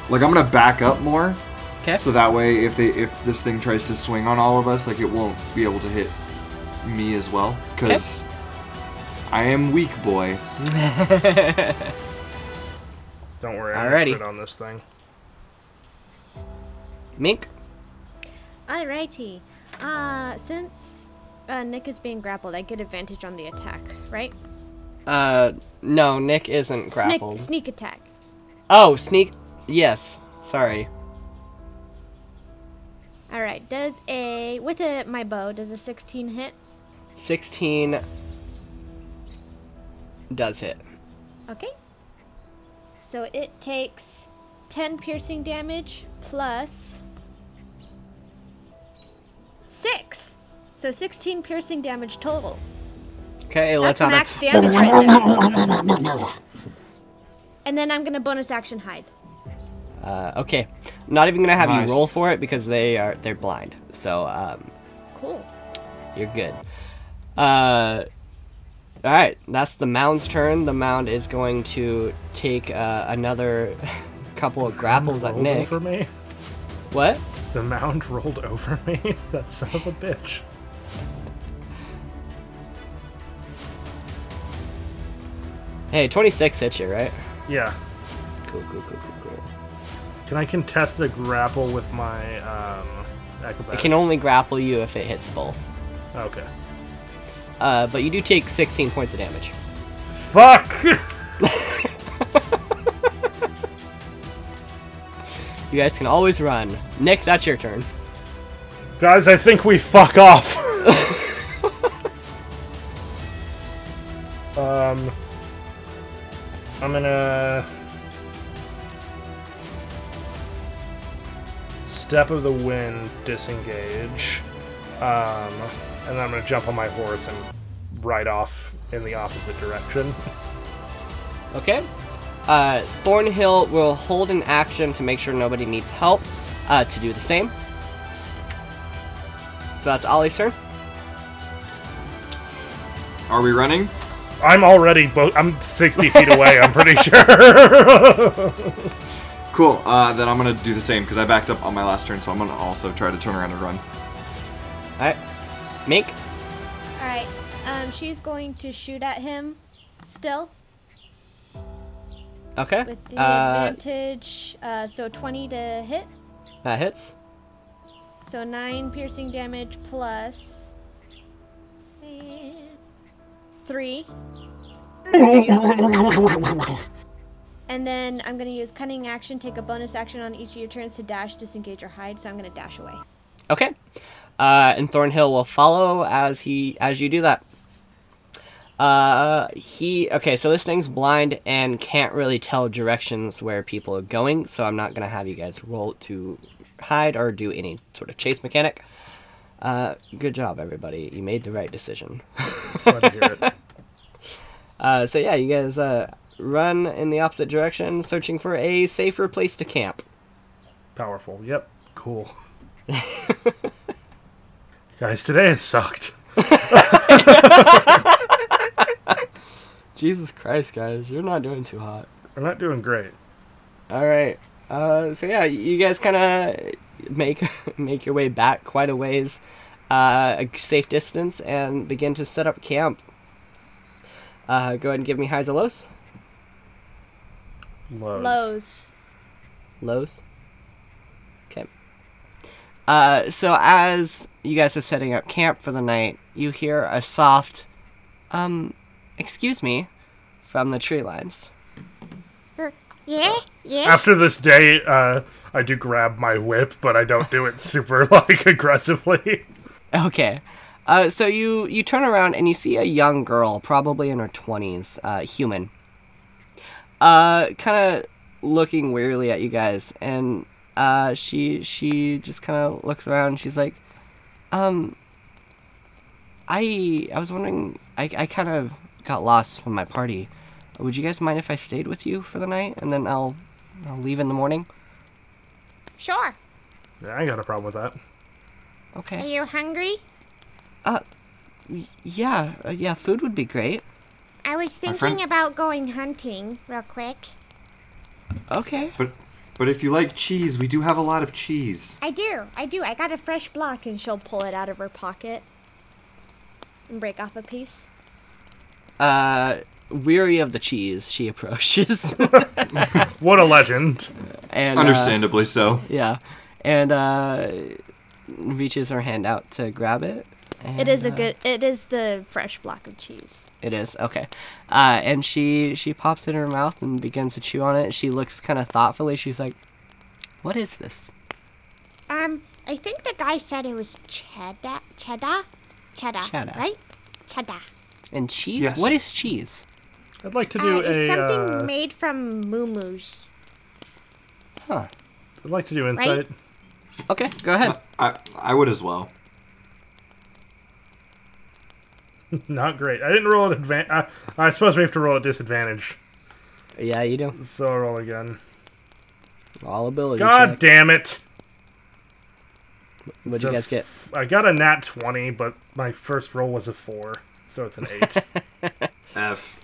like I'm gonna back up more, Okay. (laughs) so that way if they if this thing tries to swing on all of us, like it won't be able to hit me as well, because I am weak, boy. Don't worry. I'm gonna Alrighty. crit on this thing. Mink. Alrighty. Uh, since uh, Nick is being grappled, I get advantage on the attack, right? Uh, no, Nick isn't grappled. Sneak, sneak attack. oh, sneak. Yes. Sorry. All right. Does a with a, my bow does a 16 hit? 16 does hit. Okay. So it takes 10 piercing damage plus 6. So 16 piercing damage total. Okay, let's That's on max damage right there. (laughs) And then I'm going to bonus action hide. Uh, okay. Not even gonna have Nice. you roll for it because they are they're blind. So um, Cool. you're good. Uh, all right. That's the mound's turn. The mound is going to take uh, another (laughs) couple of grapples at Rolled Nick. over me. (laughs) What? The mound (laughs) rolled over me. (laughs) that son of a bitch. Hey, 26 hits you, right? Yeah. Cool, cool, cool, cool, cool. Can I contest the grapple with my um, It acrobatics? can only grapple you if it hits both. Okay. Uh, but you do take 16 points of damage. Fuck. (laughs) You guys can always run. Nick, that's your turn. Guys, I think we fuck off. (laughs) um, I'm gonna step of the wind, disengage, um, and then I'm gonna jump on my horse and ride off in the opposite direction. Okay. Uh, Thornhill will hold an action to make sure nobody needs help uh, to do the same. So that's Ollie's turn. Are we running? I'm already bo- I'm 60 feet away. I'm (laughs) pretty sure. Cool. Uh, then I'm gonna do the same because I backed up on my last turn, so I'm gonna also try to turn around and run. All right, Mink. All right. Um, she's going to shoot at him still Okay. with the Uh, advantage. Uh, so 20 to hit. that hits. So 9 piercing damage plus. eh, 3. And then I'm going to use cunning action, take a bonus action on each of your turns to dash, disengage, or hide. So I'm going to dash away. Okay. Uh, and Thornhill will follow as he as you do that. Uh, he okay. So this thing's blind and can't really tell directions where people are going. So I'm not gonna have you guys roll to hide or do any sort of chase mechanic. Uh, good job, everybody. You made the right decision. Glad to hear it. Uh, so yeah, you guys uh, run in the opposite direction, searching for a safer place to camp. Powerful. Yep. (laughs) Cool. Guys, today it sucked. Jesus Christ, guys, you're not doing too hot. I'm not doing great. All right. Uh, so yeah, you guys kind of make (laughs) make your way back quite a ways, uh, a safe distance, and begin to set up camp. Uh, go ahead and give me highs or lows. Lows. Lows. Lows. Okay. Uh, so as you guys are setting up camp for the night, you hear a soft, um, excuse me, from the tree lines. Er, yeah, yes. After this day, uh, I do grab my whip, but I don't do (laughs) it super like aggressively. Okay. Uh, so you you turn around and you see a young girl, probably in her twenties, uh, human, uh, kind of looking wearily at you guys, and uh, she she just kind of looks around. And she's like, um, I I was wondering, I I kind of got lost from my party. Would you guys mind if I stayed with you for the night, and then I'll I'll leave in the morning? Sure. Yeah, I ain't got a problem with that. Are Okay. Uh, you hungry? Yeah, uh, yeah. Food would be great. I was friend- thinking about going hunting real quick. Okay. But but if you like cheese, we do have a lot of cheese. I do. I do. I got a fresh block. Block, and she'll pull it out of her pocket and break off a piece. uh, weary of the cheese, she approaches. (laughs) What a legend. and uh, Understandably so. yeah, and uh, reaches her hand out to grab it. uh, It is a good. It is the fresh block of cheese. It is okay. Uh, and she she pops it in her mouth and begins to chew on it. She looks kind of thoughtfully. She's like, "What is this?" Um, I think the guy said it was cheddar. Cheddar? Cheddar. Cheddar. Right? Cheddar. And cheese. Yes. What is cheese? I'd like to Uh, do it's a. something uh, made from moo-moos. Huh. I'd like to do insight. Okay, go ahead. I I would as well. Not great. I didn't roll at advan Uh, I suppose we have to roll at disadvantage. Yeah, you do. So I'll roll again. All ability. God check. damn it! What'd So you guys get? I got a nat 20, but my first roll was a 4, so it's an 8. F.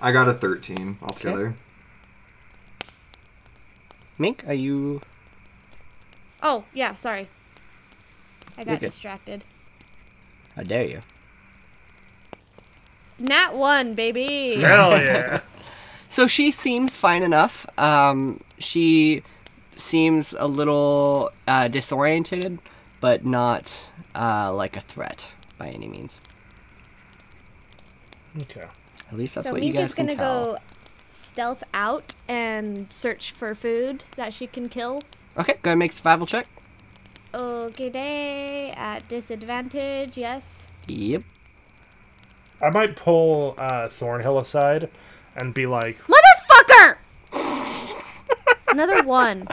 I got a 13 altogether. Mink, are you? Oh yeah, sorry. I got Okay. distracted. How dare you? Nat one, baby. Hell yeah. So she seems fine enough. Um, she seems a little uh, disoriented, but not uh, like a threat by any means. Okay. At least that's so what you Mink is guys can gonna tell. go stealth out and search for food that she can kill. Okay, go ahead and make a survival check. Okay, day at disadvantage. Yes. Yep. I might pull uh, Thornhill aside and be like, Motherfucker! (laughs) Another one.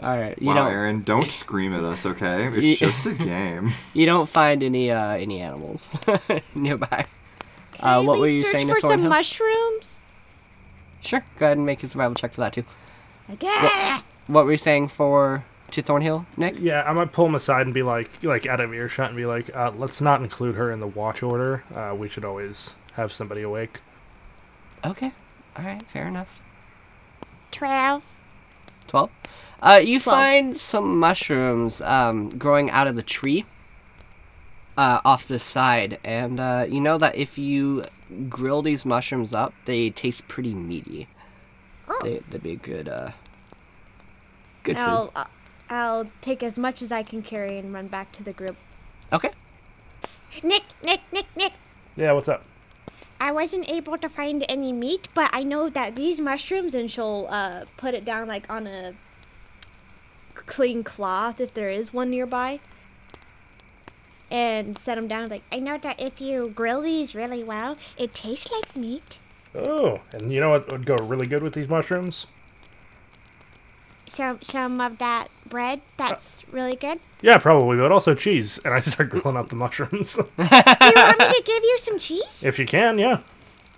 All right. You wow, don't Aaron, don't scream at (laughs) us, okay? It's You- just a game. (laughs) you don't find any uh, any animals (laughs) nearby. Uh, Hey, what we were you search saying to for some Thornhill? mushrooms? sure. Go ahead and make a survival check for that too. Again. What were you saying for to Thornhill, Nick? Yeah, I might pull him aside and be like, like out of earshot and be like, uh, let's not include her in the watch order. Uh, we should always have somebody awake. Okay. All right. Fair enough. 12. 12. Uh, you Twelve. find some mushrooms um, growing out of the tree uh, off the side, and uh, you know that if you grill these mushrooms up, they taste pretty meaty. They, they'd be a good, uh, good food. I'll uh, I'll take as much as I can carry and run back to the group. Okay. Nick, Nick, Nick, Nick. Yeah, what's up? I wasn't able to find any meat, but I know that these These mushrooms, and she'll uh, put it down like on a clean cloth if there is one nearby, and set them down. Like I know that if you grill these really well, it tastes like meat. Oh, and you know what would go really good with these mushrooms? Some some of that bread that's really good. Yeah, probably, but also cheese. And I (laughs) start grilling up the mushrooms. (laughs) Do you want me to give you some cheese? if you can, yeah.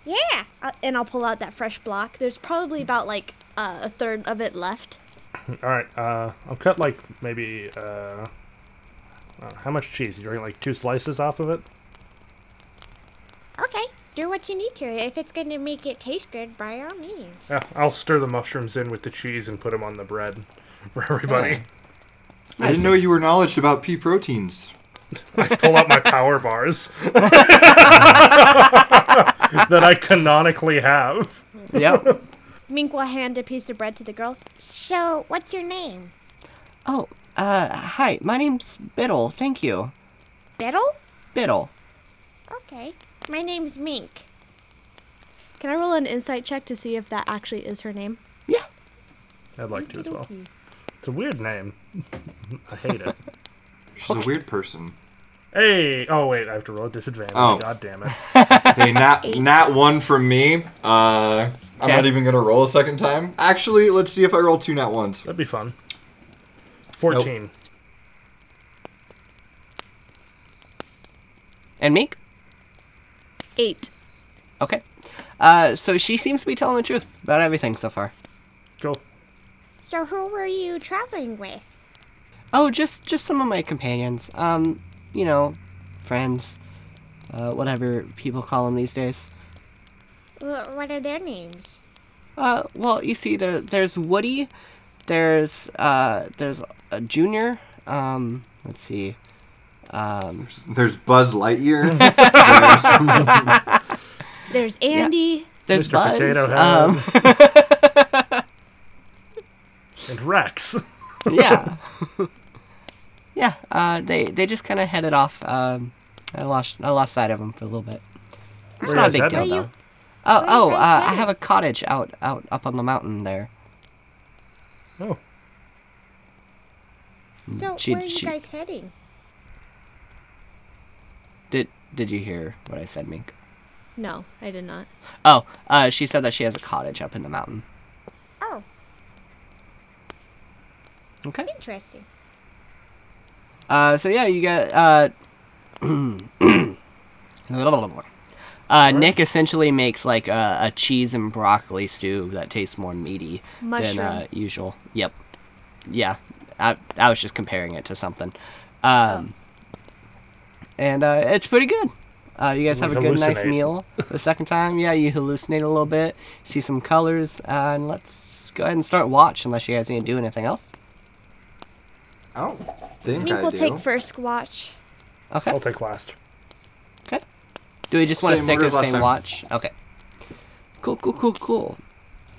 Yeah. uh, and I'll pull out that fresh block. There's probably about like uh, a third of it left. All right, uh, I'll cut like maybe uh, uh, how much cheese? You're like two slices off of it. Okay. Do what you need to. If it's going to make it taste good, by all means. Yeah, I'll stir the mushrooms in with the cheese and put them on the bread (laughs) for everybody. I didn't know you were knowledgeable about pea proteins. (laughs) Pull out my power bars (laughs) that I canonically have. Yep. Mink will hand a piece of bread to the girls. So, what's your name? oh, uh, hi. My name's Biddle. Thank you. Biddle? Biddle. Okay. My name's Mink. Can I roll an insight check to see if that actually is her name? Yeah. I'd like to as well. It's a weird name. I hate it. She's a weird person. Hey! Oh wait, I have to roll a disadvantage. Oh. God (sighs) damn it! Hey, not not one from me. Uh, I'm not Okay. even gonna roll a second time. Actually, let's see if I roll two nat ones. That'd be fun. Fourteen. And Meek? Eight. Okay. Uh, so she seems to be telling the truth about everything so far. Cool. So, who were you traveling with? Oh, just just some of my companions. Um, you know, friends, uh, whatever people call them these days. Wh- What are their names? Uh, well, you see, there, there's Woody, there's uh, there's a junior. Um, let's see. Um, There's Buzz Lightyear. There's- There's Andy. there's Mr. Buzz. Potato (laughs) um, Head (laughs) and Rex. yeah. (laughs) yeah. Uh, they they just kind of headed off. Um, I lost I lost sight of them for a little bit. It's Where not a big you guys deal though. headed? Oh, where you oh! Uh, guys I headed? have a cottage out, out up on the mountain there. Oh, So, she- where are you she- guys heading? Did Did you hear what I said, Mink? No, I did not. Oh, uh, she said that she has a cottage up in the mountain. Oh, Okay. interesting. Uh, so yeah, you got uh, (clears throat) uh, Nick essentially makes like a, a cheese and broccoli stew that tastes more meaty Mushroom. than uh, usual. Yep. Yeah, I I was just comparing it to something. Um, and uh, it's pretty good. Uh, you guys have a good, nice Hallucinate. meal the second time. Yeah, you hallucinate a little bit, see some colors, uh, and let's go ahead and start watch. Unless you guys need to do anything else. I don't think Mink I will do. take first watch. Okay. I'll take last. Okay. Do we just want to Oh. stick Same to order as the last same time. watch? Okay. Cool, cool, cool, cool.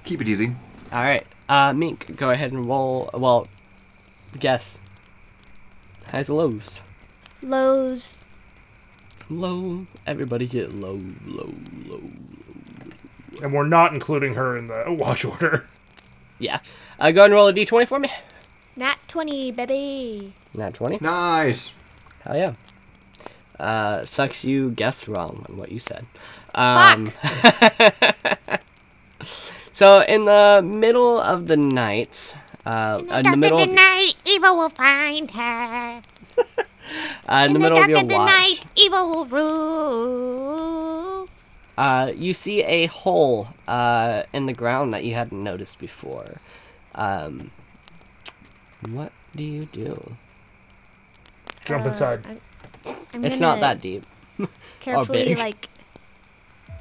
Keep it easy. All right. Uh, Mink, go ahead and roll. Well, guess. Highs and lows. Lows. Low. Everybody get low, low, low. And we're not including her in the (laughs) watch order. Yeah. Uh, go ahead and roll a d20 for me. Nat 20, baby. Not 20. Nice. Hell yeah. Uh, sucks you guessed wrong on what you said. Um, so in the middle of the night, uh, in the dark middle of of, the night, evil will find her. uh, in the middle dark of your of the watch, night, evil will rule. Uh, you see a hole uh, in the ground that you hadn't noticed before. Um, what do you do? Jump Uh, inside. uh, I'm, I'm It's not gonna that deep. Carefully, big. like,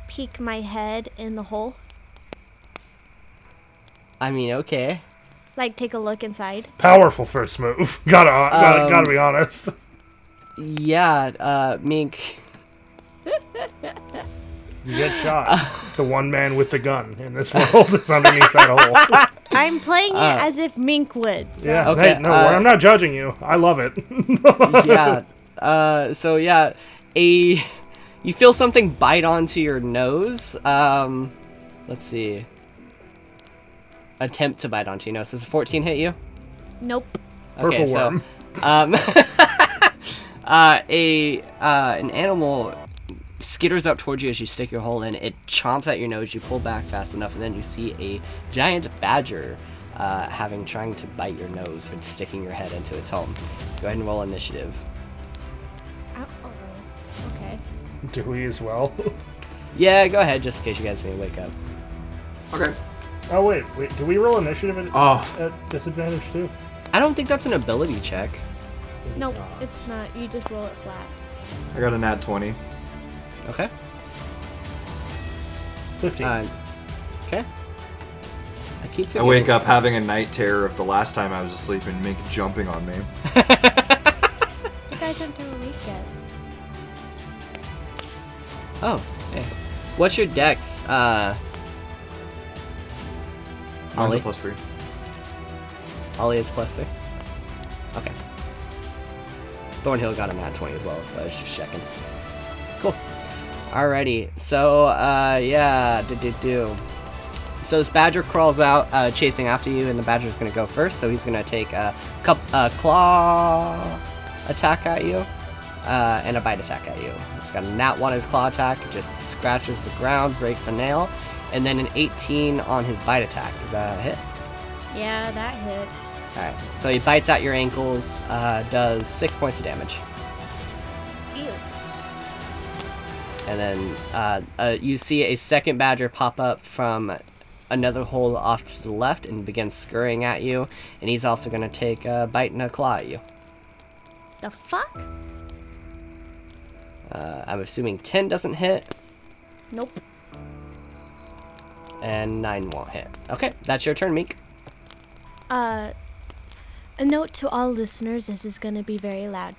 peek my head in the hole. I mean, okay. Like, take a look inside. Powerful first move. (laughs) gotta, uh, gotta, gotta be honest. Yeah, uh, Mink. You get (laughs) shot. the one man with the gun in this (laughs) world is underneath (laughs) that hole. I'm playing it as if Mink would. so- Yeah. Okay, hey, no, uh, I'm not judging you. I love it. (laughs) yeah. Uh, so yeah, a you feel something bite onto your nose. Um, let's see. Attempt to bite onto your nose. Does a 14 hit you? Nope. Purple okay, worm. so um, (laughs) uh, a uh, an animal skitters up towards you as you stick your hole in. It chomps at your nose. You pull back fast enough, and then you see a giant badger uh, having trying to bite your nose and sticking your head into its home. Go ahead and roll initiative. Ow, oh, okay. Dewey as well. Yeah, go ahead, just in case you guys need to wake up. Okay. (laughs) oh wait, wait. Do we roll initiative at, Uh, Oh. at disadvantage too? I don't think that's an ability check. Nope, it's not. You just roll it flat. I got an ad 20. Okay. Fifteen. Uh, okay. I keep. I forgetting- wake up having a night terror of the last time I was asleep and Mink jumping on me. You guys aren't awake yet. Oh. Yeah. What's your dex? Uh, Mine's a Ollie? plus three. Ollie is plus three. Okay. Thornhill got a nat 20 as well, so I was just checking. Cool. Alrighty. So, uh, yeah. Do, do, do. So this badger crawls out, uh, chasing after you, and the badger's gonna go first. So he's gonna take a cup, a claw attack at you, uh, and a bite attack at you. It's got a nat one on his claw attack. It just scratches the ground, breaks the nail, and then an 18 on his bite attack. Is that a hit? Yeah, that hits. All right. So he bites at your ankles, uh, does six points of damage, Ew. and then uh, uh, you see a second badger pop up from another hole off to the left and begins scurrying at you. And he's also going to take a bite and a claw at you. The fuck? Uh, I'm assuming ten doesn't hit Nope. and nine won't hit. Okay, that's your turn, Meek. Uh, a note to all listeners this is gonna be very loud.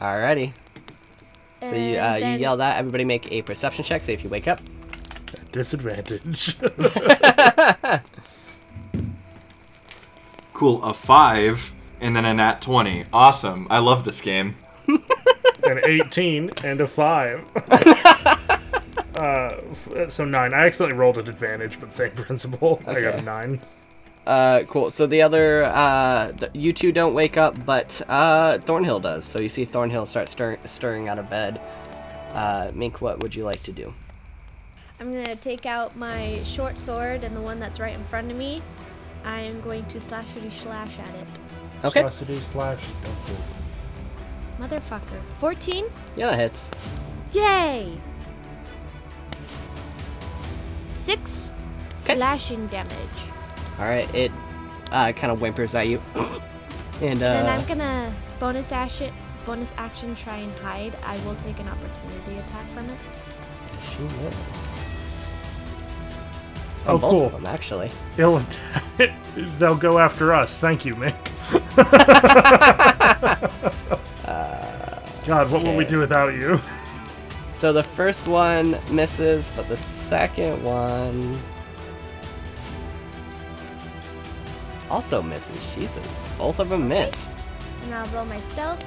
Alrighty. So you, uh, And you then- yell that. Everybody make a perception check. So if you wake up, (laughs) Disadvantage. Cool, a five, and then a nat 20. Awesome. I love this game. an 18 and (laughs) a (laughs) 5. uh, f- so 9. I accidentally rolled at advantage, but same principle. I got Okay. a 9. Uh, cool. So the other, uh, th- you two don't wake up, but uh, Thornhill does. So you see Thornhill start stir- stirring out of bed. Uh, Mink, what would you like to do? I'm gonna take out my short sword and the one that's right in front of me. I am going to slashity slash at it. Okay. slash. Motherfucker. 14? Yeah, that hits. Yay! Six slashing damage. All right. It uh, kind of whimpers at you, (coughs) and and uh, I'm gonna bonus action, bonus action try and hide. I will take an opportunity attack from it. she will. Oh, both cool. of them actually. He'll, (laughs) they'll go after us. Thank (laughs) you, Mick. God, what would okay. we do without you? So the first one misses, but the second one also misses. Jesus, both of them missed. And I'll roll my stealth.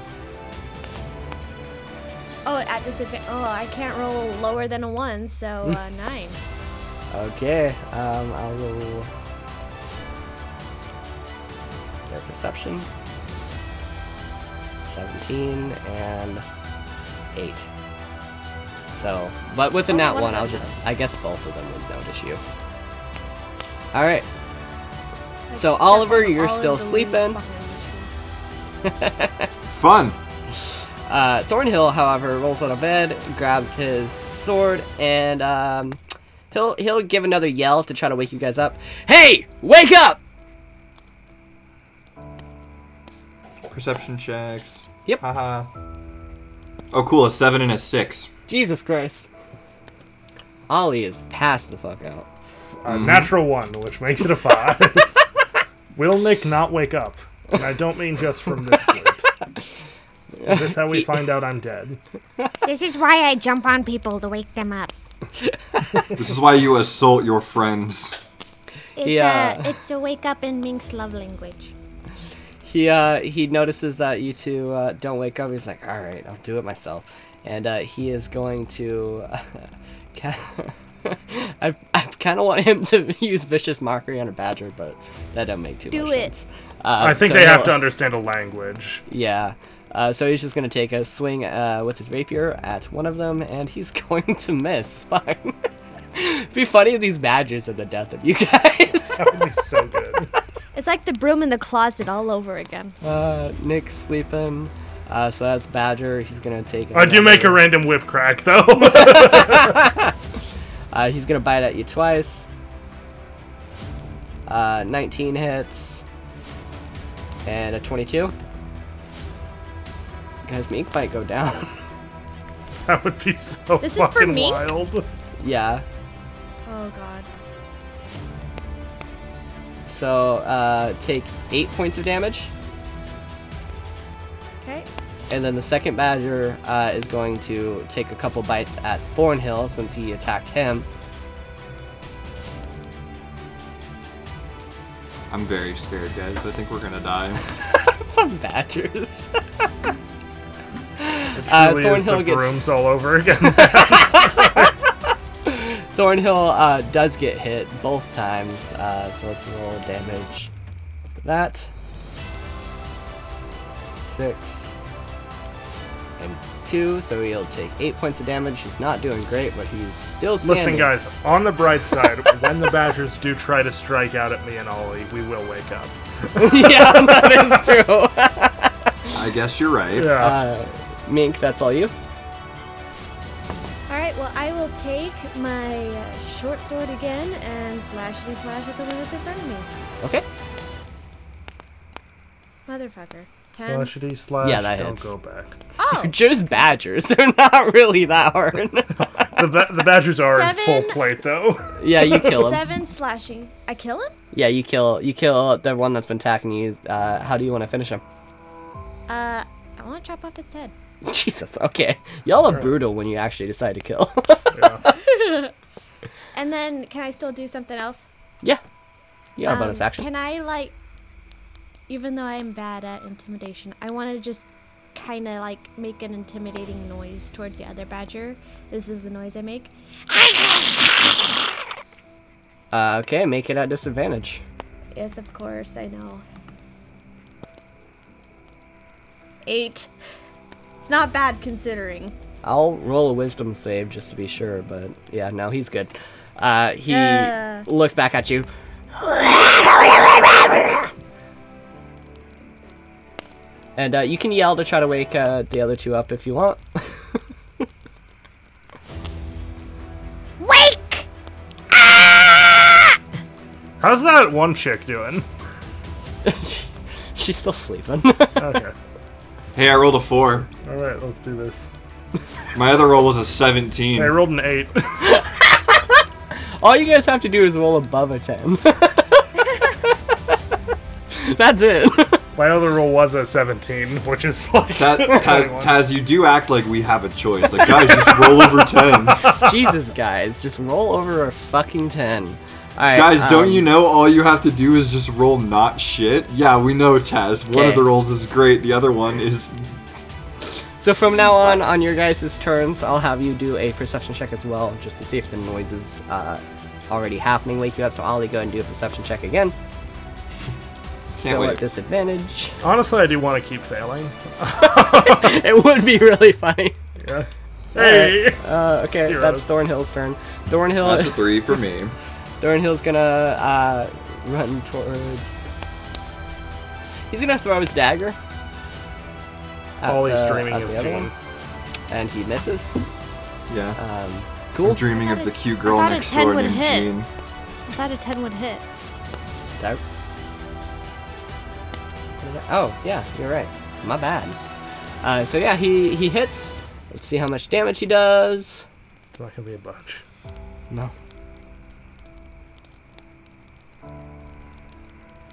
Oh, at disadvantage. Oh, I can't roll lower than a one, so uh, nine. Okay, um, I'll roll their perception. 17 and 8. So, but with the Only nat one of 1, I'll them just, I guess both of them would notice you. Alright, So, I've Oliver, stepped on you're all of still Oh, the leaves sleeping. behind me. Fun. uh, Thornhill, however, rolls out of bed, grabs his sword, and um, He'll he'll give another yell to try to wake you guys up. Hey, wake up! Perception checks. Yep. Haha. Oh, cool. A seven and a six. Jesus Christ. Ollie is passed the fuck out. A Mm-hmm. natural one, which makes it a five. (laughs) Will Nick not wake up? And I don't mean just (laughs) from this sleep. Is this how we find out I'm dead? This is why I jump on people to wake them up. This is why you assault your friends. It's Yeah. a, it's a wake up in Mink's love language. He uh he notices that you two uh, don't wake up. He's like, all right, I'll do it myself, and uh, he is going to. (laughs) I, I kind of want him to (laughs) use vicious mockery on a badger, but that doesn't make too Do much it. sense. Uh, I think so they no- have to understand a language. Yeah. Uh, so he's just gonna take a swing uh, with his rapier at one of them, and he's (laughs) going to miss. (laughs) Fine. Be funny if these badgers are the death of you guys. (laughs) (laughs) That would be so good. It's like the broom in the closet all over again. Uh, Nick's sleeping. Uh, so that's Badger. He's gonna take. I do make a another- random whip crack though. (laughs) Uh, he's gonna bite at you twice. Uh, 19 hits. And a 22. Guys, Meek might go down. (laughs) that would be so This is for fucking me? wild. yeah. Oh god. So uh, take eight points of damage, Okay. and then the second Badger uh, is going to take a couple bites at Thornhill since he attacked him. (laughs) I'm very scared, guys. I think we're gonna die. Some Badgers. (laughs) It Uh, truly is Thornhill the gets- brooms all over again. Thornhill uh, does get hit both times, uh, so let's roll damage. for That six and two, so he'll take eight points of damage. He's not doing great, but he's still standing. Listen, guys. On the bright side, (laughs) when the Badgers do try to strike out at me and Ollie, we will wake up. (laughs) yeah, that (laughs) is true. I guess you're right. Yeah. Uh, Mink, that's all you. All right. Well, I will take my uh, short sword again and slashity slash at the one that's in front of me. Okay. Motherfucker. Ten. Slashity slash. Yeah, that don't hits. go back. Oh. Just badgers. (laughs) They're not really that hard. (laughs) The, ba- the Badgers are in full Seven. plate though. (laughs) yeah, you kill him. Seven slashing. I kill him. Yeah, you kill. You kill the one that's been attacking you. Uh, how do you want to finish him? Uh, I want to chop off its head. (laughs) Jesus. Okay. Y'all are brutal when you actually decide to kill. (laughs) And then, can I still do something else? yeah. You got a Um, bonus action. Can I like, even though I am bad at intimidation, I want to just kind of like make an intimidating noise towards the other badger. This is the noise I make. Uh, okay, make it at disadvantage. Yes, of course, I know. Eight. It's not bad considering. I'll roll a wisdom save just to be sure, but yeah, no, he's good. Uh, he Yeah. looks back at you. And uh, you can yell to try to wake uh, the other two up if you want. (laughs) Wake! How's that one chick doing? She's still sleeping. (laughs) Okay. Hey, I rolled a four. All right, let's do this. My other roll was a 17. I rolled an eight. (laughs) All you guys have to do is roll above a 10. (laughs) That's it. (laughs) My other roll was a 17, which is like (laughs) Ta- Ta- Taz, you do act like we have a choice. Like, guys, just roll over (laughs) 10. Jesus, guys, just roll over a fucking 10. All right, Guys, don't um, you know all you have to do is just roll not shit? Yeah, we know, Taz. One Okay. of the rolls is great, the other one is. So from now on, on your guys' turns, I'll have you do a perception check as well, just to see if the noise is uh, already happening, wake you up. So Ollie, go ahead and do a perception check again. Can't Still at wait. (laughs) disadvantage. (laughs) Honestly, I do want to keep failing. it would be really funny. Yeah. Hey! Uh, okay, Heroes. that's Thornhill's turn. Thornhill, (laughs) That's a three for me. Thornhill's gonna uh, run towards. He's gonna throw his dagger. at Ollie's the- dreaming uh, at of the other June. one, and he misses. Yeah. Um, Cool. dreaming of the cute girl I thought a next 10 door would named hit. Jean. I thought a 10 would hit. That- Oh, yeah, you're right. My bad. Uh, so yeah, he he hits. Let's see how much damage he does. It's not gonna be a bunch. No.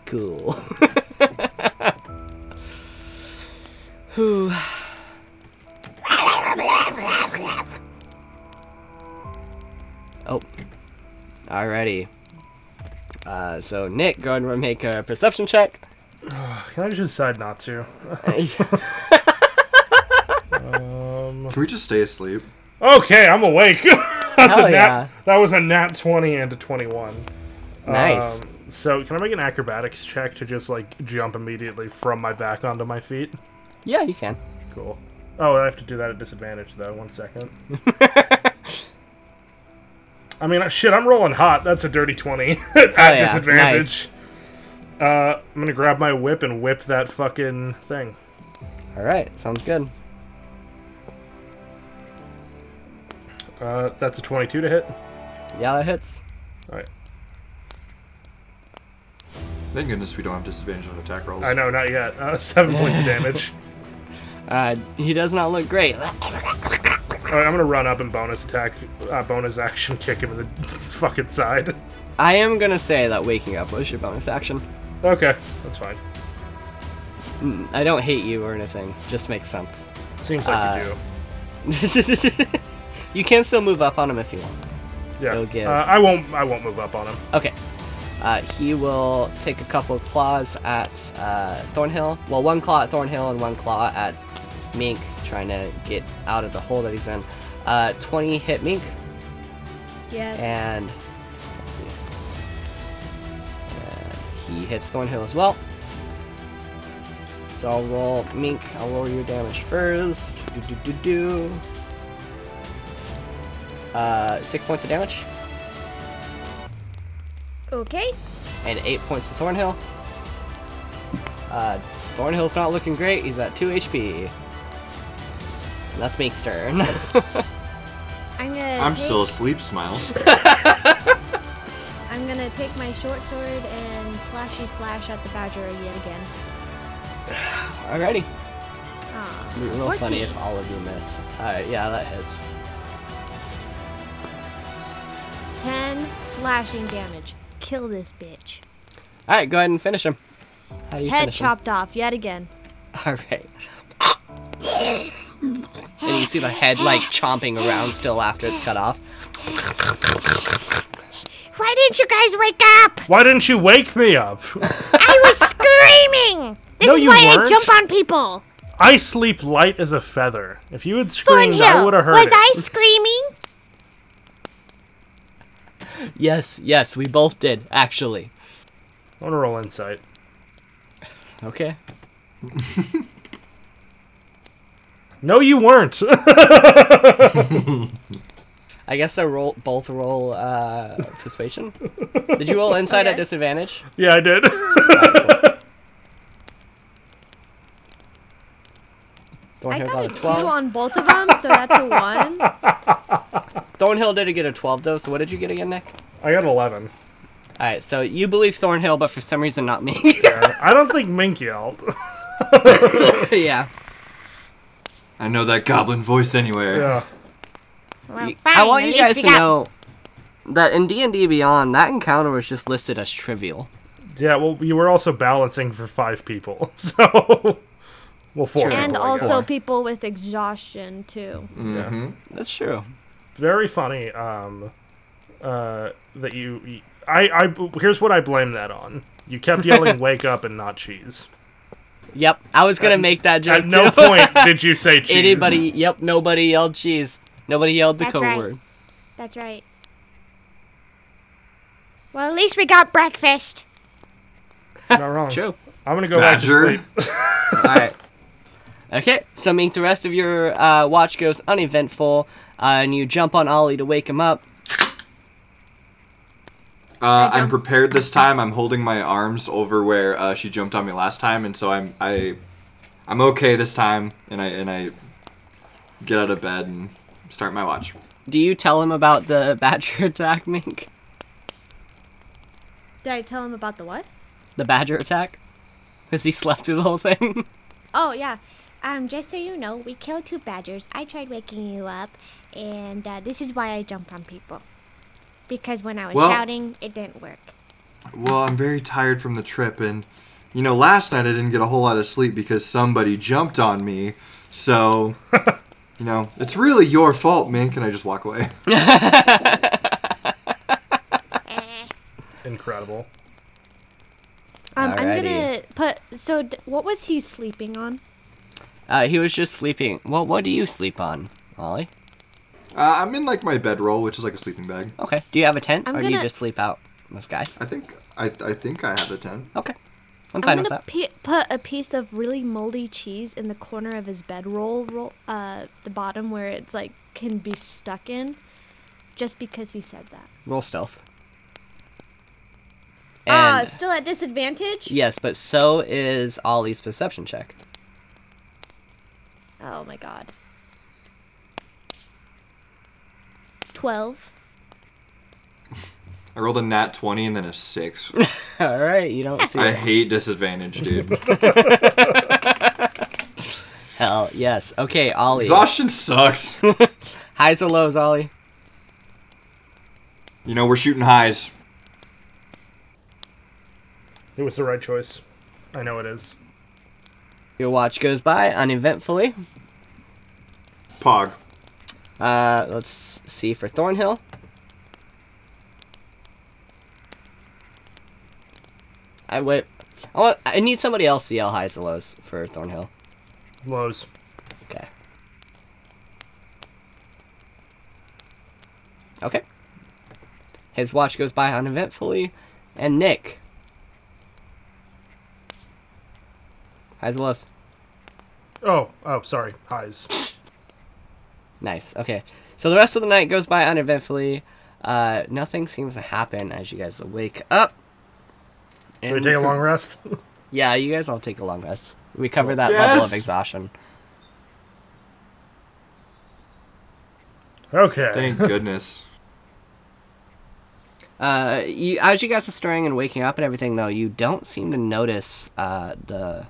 Cool. (laughs) Whew. Oh. Alrighty. Uh, so Nick, go ahead and make a perception (laughs) check. Can I just decide not to? Can we just stay asleep? Okay, I'm awake. (laughs) That's Hell a nat. yeah. That was a nat twenty and a twenty-one. nice. Um, so can I make an acrobatics check to just like jump immediately from my back onto my feet? Yeah, you can. Cool. Oh, I have to do that at disadvantage though. (laughs) One second. I mean, uh, shit, I'm rolling hot. That's a dirty twenty (laughs) at yeah. disadvantage. Uh, I'm gonna grab my whip and whip that fucking thing. All right, sounds good. Uh, that's a 22 to hit. Yeah, that hits. All right. Thank goodness we don't have disadvantage on attack rolls. I know, not yet. Uh, seven (laughs) points of damage. Uh, he does not look great. All right, I'm gonna run up and bonus attack, uh, bonus action, kick him in the (laughs) fucking side. I am gonna say that waking up was your bonus action. Okay, that's fine. I don't hate you or anything. Just makes sense. (laughs) Seems like you you can still move up on him if you want. do. Yeah. it'll give- Uh, I won't. I won't move up on him. Okay. Uh, he will take a couple claws at uh, Thornhill. Well, one claw at Thornhill and one claw at Mink, trying to get out of the hole that he's in. Uh, 20 hit Mink, Yes. and let's see. Uh, he hits Thornhill as well. So I'll roll Mink. I'll roll your damage first. Do do do do. Uh, six points of damage okay. and eight points to Thornhill. Uh, Thornhill's not looking great. He's at two HP. And that's Mink's turn. (laughs) I'm gonna. I'm take, still asleep, Smile. I'm gonna take my short sword and slashy slash at the badger yet again. Alrighty. It'd be real funny 14. if all of you miss. Alright, yeah, that hits. Ten slashing damage. Kill this bitch. All right, go ahead and finish him. How do you Head finish chopped off yet again. him? (laughs) All right. and you see the head like chomping around still after it's cut off. Why didn't you guys wake up? Why didn't you wake me up? (laughs) I (laughs) was screaming. This No, is you why I weren't. jump on people. I sleep light as a feather. If you had screamed, I Thornhill, would have heard was it. I screaming? Yes, yes, we both did actually. I'm gonna roll insight. Okay. No, you weren't. (laughs) I guess I roll both roll uh, persuasion. Did you roll inside at Okay. disadvantage? yeah, I did. (laughs) I Thornhill got a two twelve. on both of them, so that's a (laughs) one. Thornhill did get a twelve though. So what did you get again, Nick? I got 11. All right, so you believe Thornhill, but for some reason not me. (laughs) Uh, I don't think Mink yelled. yeah. Oh, I know that goblin voice (laughs) anywhere. yeah. Well, fine. I want at you least guys we to got- know that in D and D Beyond, that encounter was just listed as trivial. Yeah, well, you were also balancing for five people, (laughs) so well, four. True. And people, I also guess. people with exhaustion too. That's true. very funny. Um, uh, that you, you- I, I, here's what I blame that on. You (laughs) kept yelling "wake up" and not cheese. Yep, I was gonna make (laughs) that joke At (laughs) no too. point did you say (laughs) cheese. Anybody? Yep, nobody yelled cheese. Nobody yelled the That's code right. word. That's right. Well, at least we got breakfast. Not wrong. True. I'm gonna go back to Badger. sleep. (laughs) All right. Okay, so Mink, the rest of your uh, watch goes uneventful, uh, and you jump on Ollie to wake him up. Uh, I'm prepared this time. I'm holding my arms over where uh, she jumped on me last time, and so I'm I, I'm okay this time, and I and I get out of bed and start my watch. Do you tell him about the (laughs) badger attack, Mink? Did I tell him about the what? The badger attack? Because he slept through the whole thing? (laughs) Oh yeah. Um, just so you know, we killed two badgers. I tried waking you up, and uh, this is why I jump on people. Because when I was Well- shouting, it didn't work. Well, I'm very tired from the trip, and you know, last night I didn't get a whole lot of sleep because somebody jumped on me. So, you know, it's really your fault, Mink. And I just walk away. Incredible. Um, I'm gonna Alrighty. put. So d- what was he sleeping on? Uh, he was just sleeping. Well, what do you sleep on, Ollie? Uh, I'm in like my bedroll, which is like a sleeping bag. Okay. Do you have a tent, I'm or do you gonna- just sleep out with guys? I think I, I think I have a tent. Okay. I'm fine I'm with gonna that. pi put a piece of really moldy cheese in the corner of his bedroll, roll, uh, the bottom where it's like can be stuck in, just because he said that. Roll stealth. ah, And- still at disadvantage. yes, but so is Ollie's perception check. (laughs) Oh my god. Twelve. I rolled a nat twenty and then a (laughs) six. All right, you don't see (laughs) I it. hate disadvantage, (laughs) dude. Hell yes. Okay, Ollie. Exhaustion sucks. (laughs) Highs or lows, Ollie? You know, we're shooting highs. It was the right choice. I know it is. Your watch goes by uneventfully. Pog. Uh, let's see for Thornhill. I would. I want. I need somebody else to yell highs or lows for Thornhill. Lows. Okay. Okay. His watch goes by uneventfully, and Nick. Highs or lows. Oh, oh, sorry. Highs. Nice. Okay. So the rest of the night goes by uneventfully. Uh, nothing seems to happen as you guys wake up. Can we And take a co- long rest? (laughs) Yeah, you guys all take a long rest. We cover that level of Yes! exhaustion. Okay. (laughs) Thank goodness. Uh, you, as you guys are stirring and waking up and everything, though, you don't seem to notice uh, the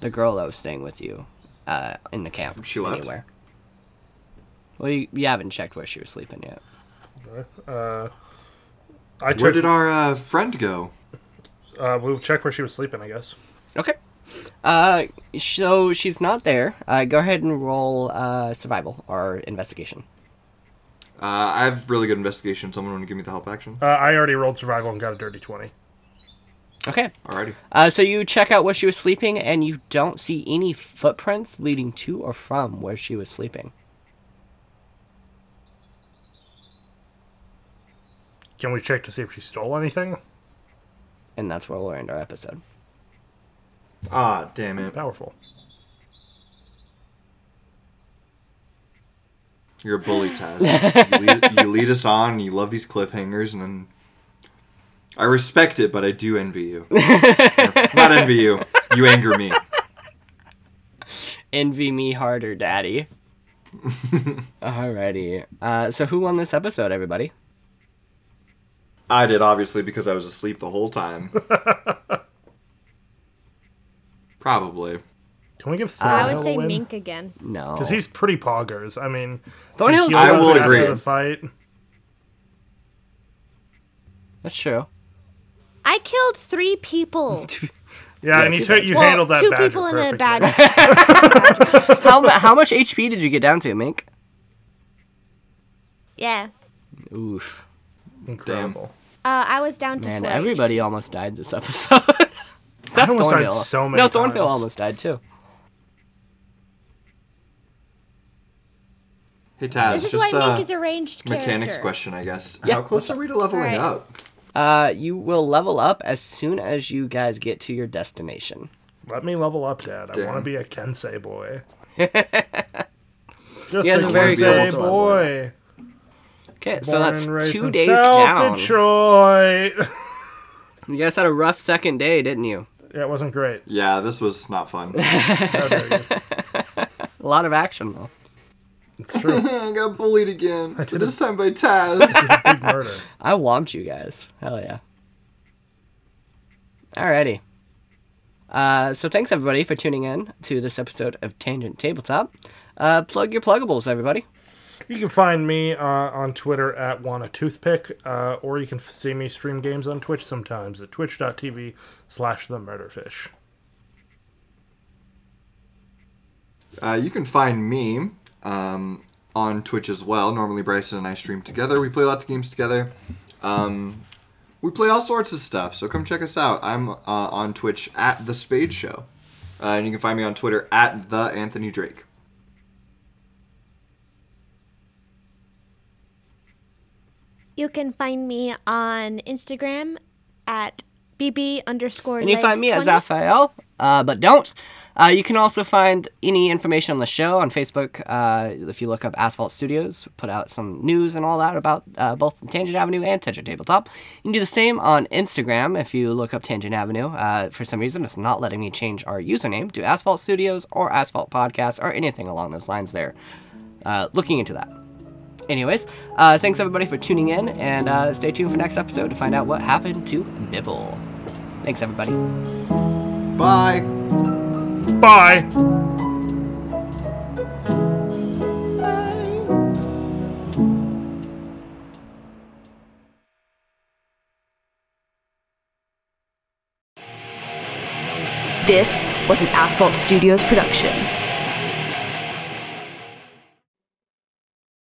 the girl that was staying with you uh, in the camp. She left? Anywhere. Well, you, you haven't checked where she was sleeping yet. I took, Where did our uh, friend go? uh, we'll check where she was sleeping, I guess. Okay. Uh, so she's not there. Uh, go ahead and roll uh, survival or investigation. Uh, I have really good investigation. Someone want to give me the help action? Uh, I already rolled survival and got a dirty 20. Okay. Alrighty. Uh, so you check out where she was sleeping, and you don't see any footprints leading to or from where she was sleeping. Can we check to see if she stole anything? And that's where we'll end our episode. Ah, damn it. Powerful. You're a bully, Taz. you, lead, you lead us on, and you love these cliffhangers, and then I respect it, but I do envy you. Not envy you. You anger me. Envy me harder, (laughs) daddy. Alrighty. Uh, so who won this episode, everybody? I did obviously because I was asleep the whole time. Probably. Can we give Thornhill I would say a win? mink again. No. Because he's pretty poggers. I mean, Thornhill's he I healed will up after agree. The fight. That's true. I killed three people. Yeah, and you too took bad. you Well, handled that two badger people and a perfectly. bad. How, mu- how much HP did you get down to, Mink? yeah. Oof. Incredible. Uh, I was down to Man, four. everybody almost died this episode. (laughs) Except almost died Thornhill. so many No, Thornhill times. almost died too. Hey Taz, This is just why uh, Mink is a ranged character. mechanics question, I guess. Yeah, How close are we to leveling Alright. up? Uh, you will level up as soon as you guys get to your destination. Let me level up, Dad. I Damn. want to be a Kensei boy. (laughs) Just He has a a very good Kensei level. boy. Okay, so Born that's and raised two in days South down. Detroit. (laughs) You guys had a rough second day, didn't you? yeah, it wasn't great. Yeah, this was not fun. No, very good. A lot of action though. It's true. (laughs) I got bullied again. did This it. time by Taz. Big murder. I want you guys. Hell yeah. Alrighty. Uh, so thanks everybody for tuning in to this episode of Tangent Tabletop. Uh, plug your pluggables, everybody. You can find me uh, on Twitter at WannaToothpick, uh, or you can f- see me stream games on Twitch sometimes at twitch.tv slash the murderfish. uh, you can find me um, on Twitch as well. Normally, Bryson and I stream together. We play lots of games together. Um, we play all sorts of stuff, so come check us out. I'm uh, on Twitch at The Spade Show. Uh, and you can find me on Twitter at The Anthony Drake. You can find me on Instagram at bb underscore. And you legs find me as 20. Raphael, uh, but don't. Uh, you can also find any information on the show on Facebook. Uh, if you look up Asphalt Studios, we put out some news and all that about uh, both Tangent Avenue and Tangent Tabletop. You can do the same on Instagram if you look up Tangent Avenue. Uh, for some reason, it's not letting me change our username to Asphalt Studios or Asphalt Podcast or anything along those lines there. Uh, looking into that. Anyways, uh, thanks everybody for tuning in and uh, stay tuned for next episode to find out what happened to Bibble. Thanks, everybody. Bye. Bye! This was an Asphalt Studios production.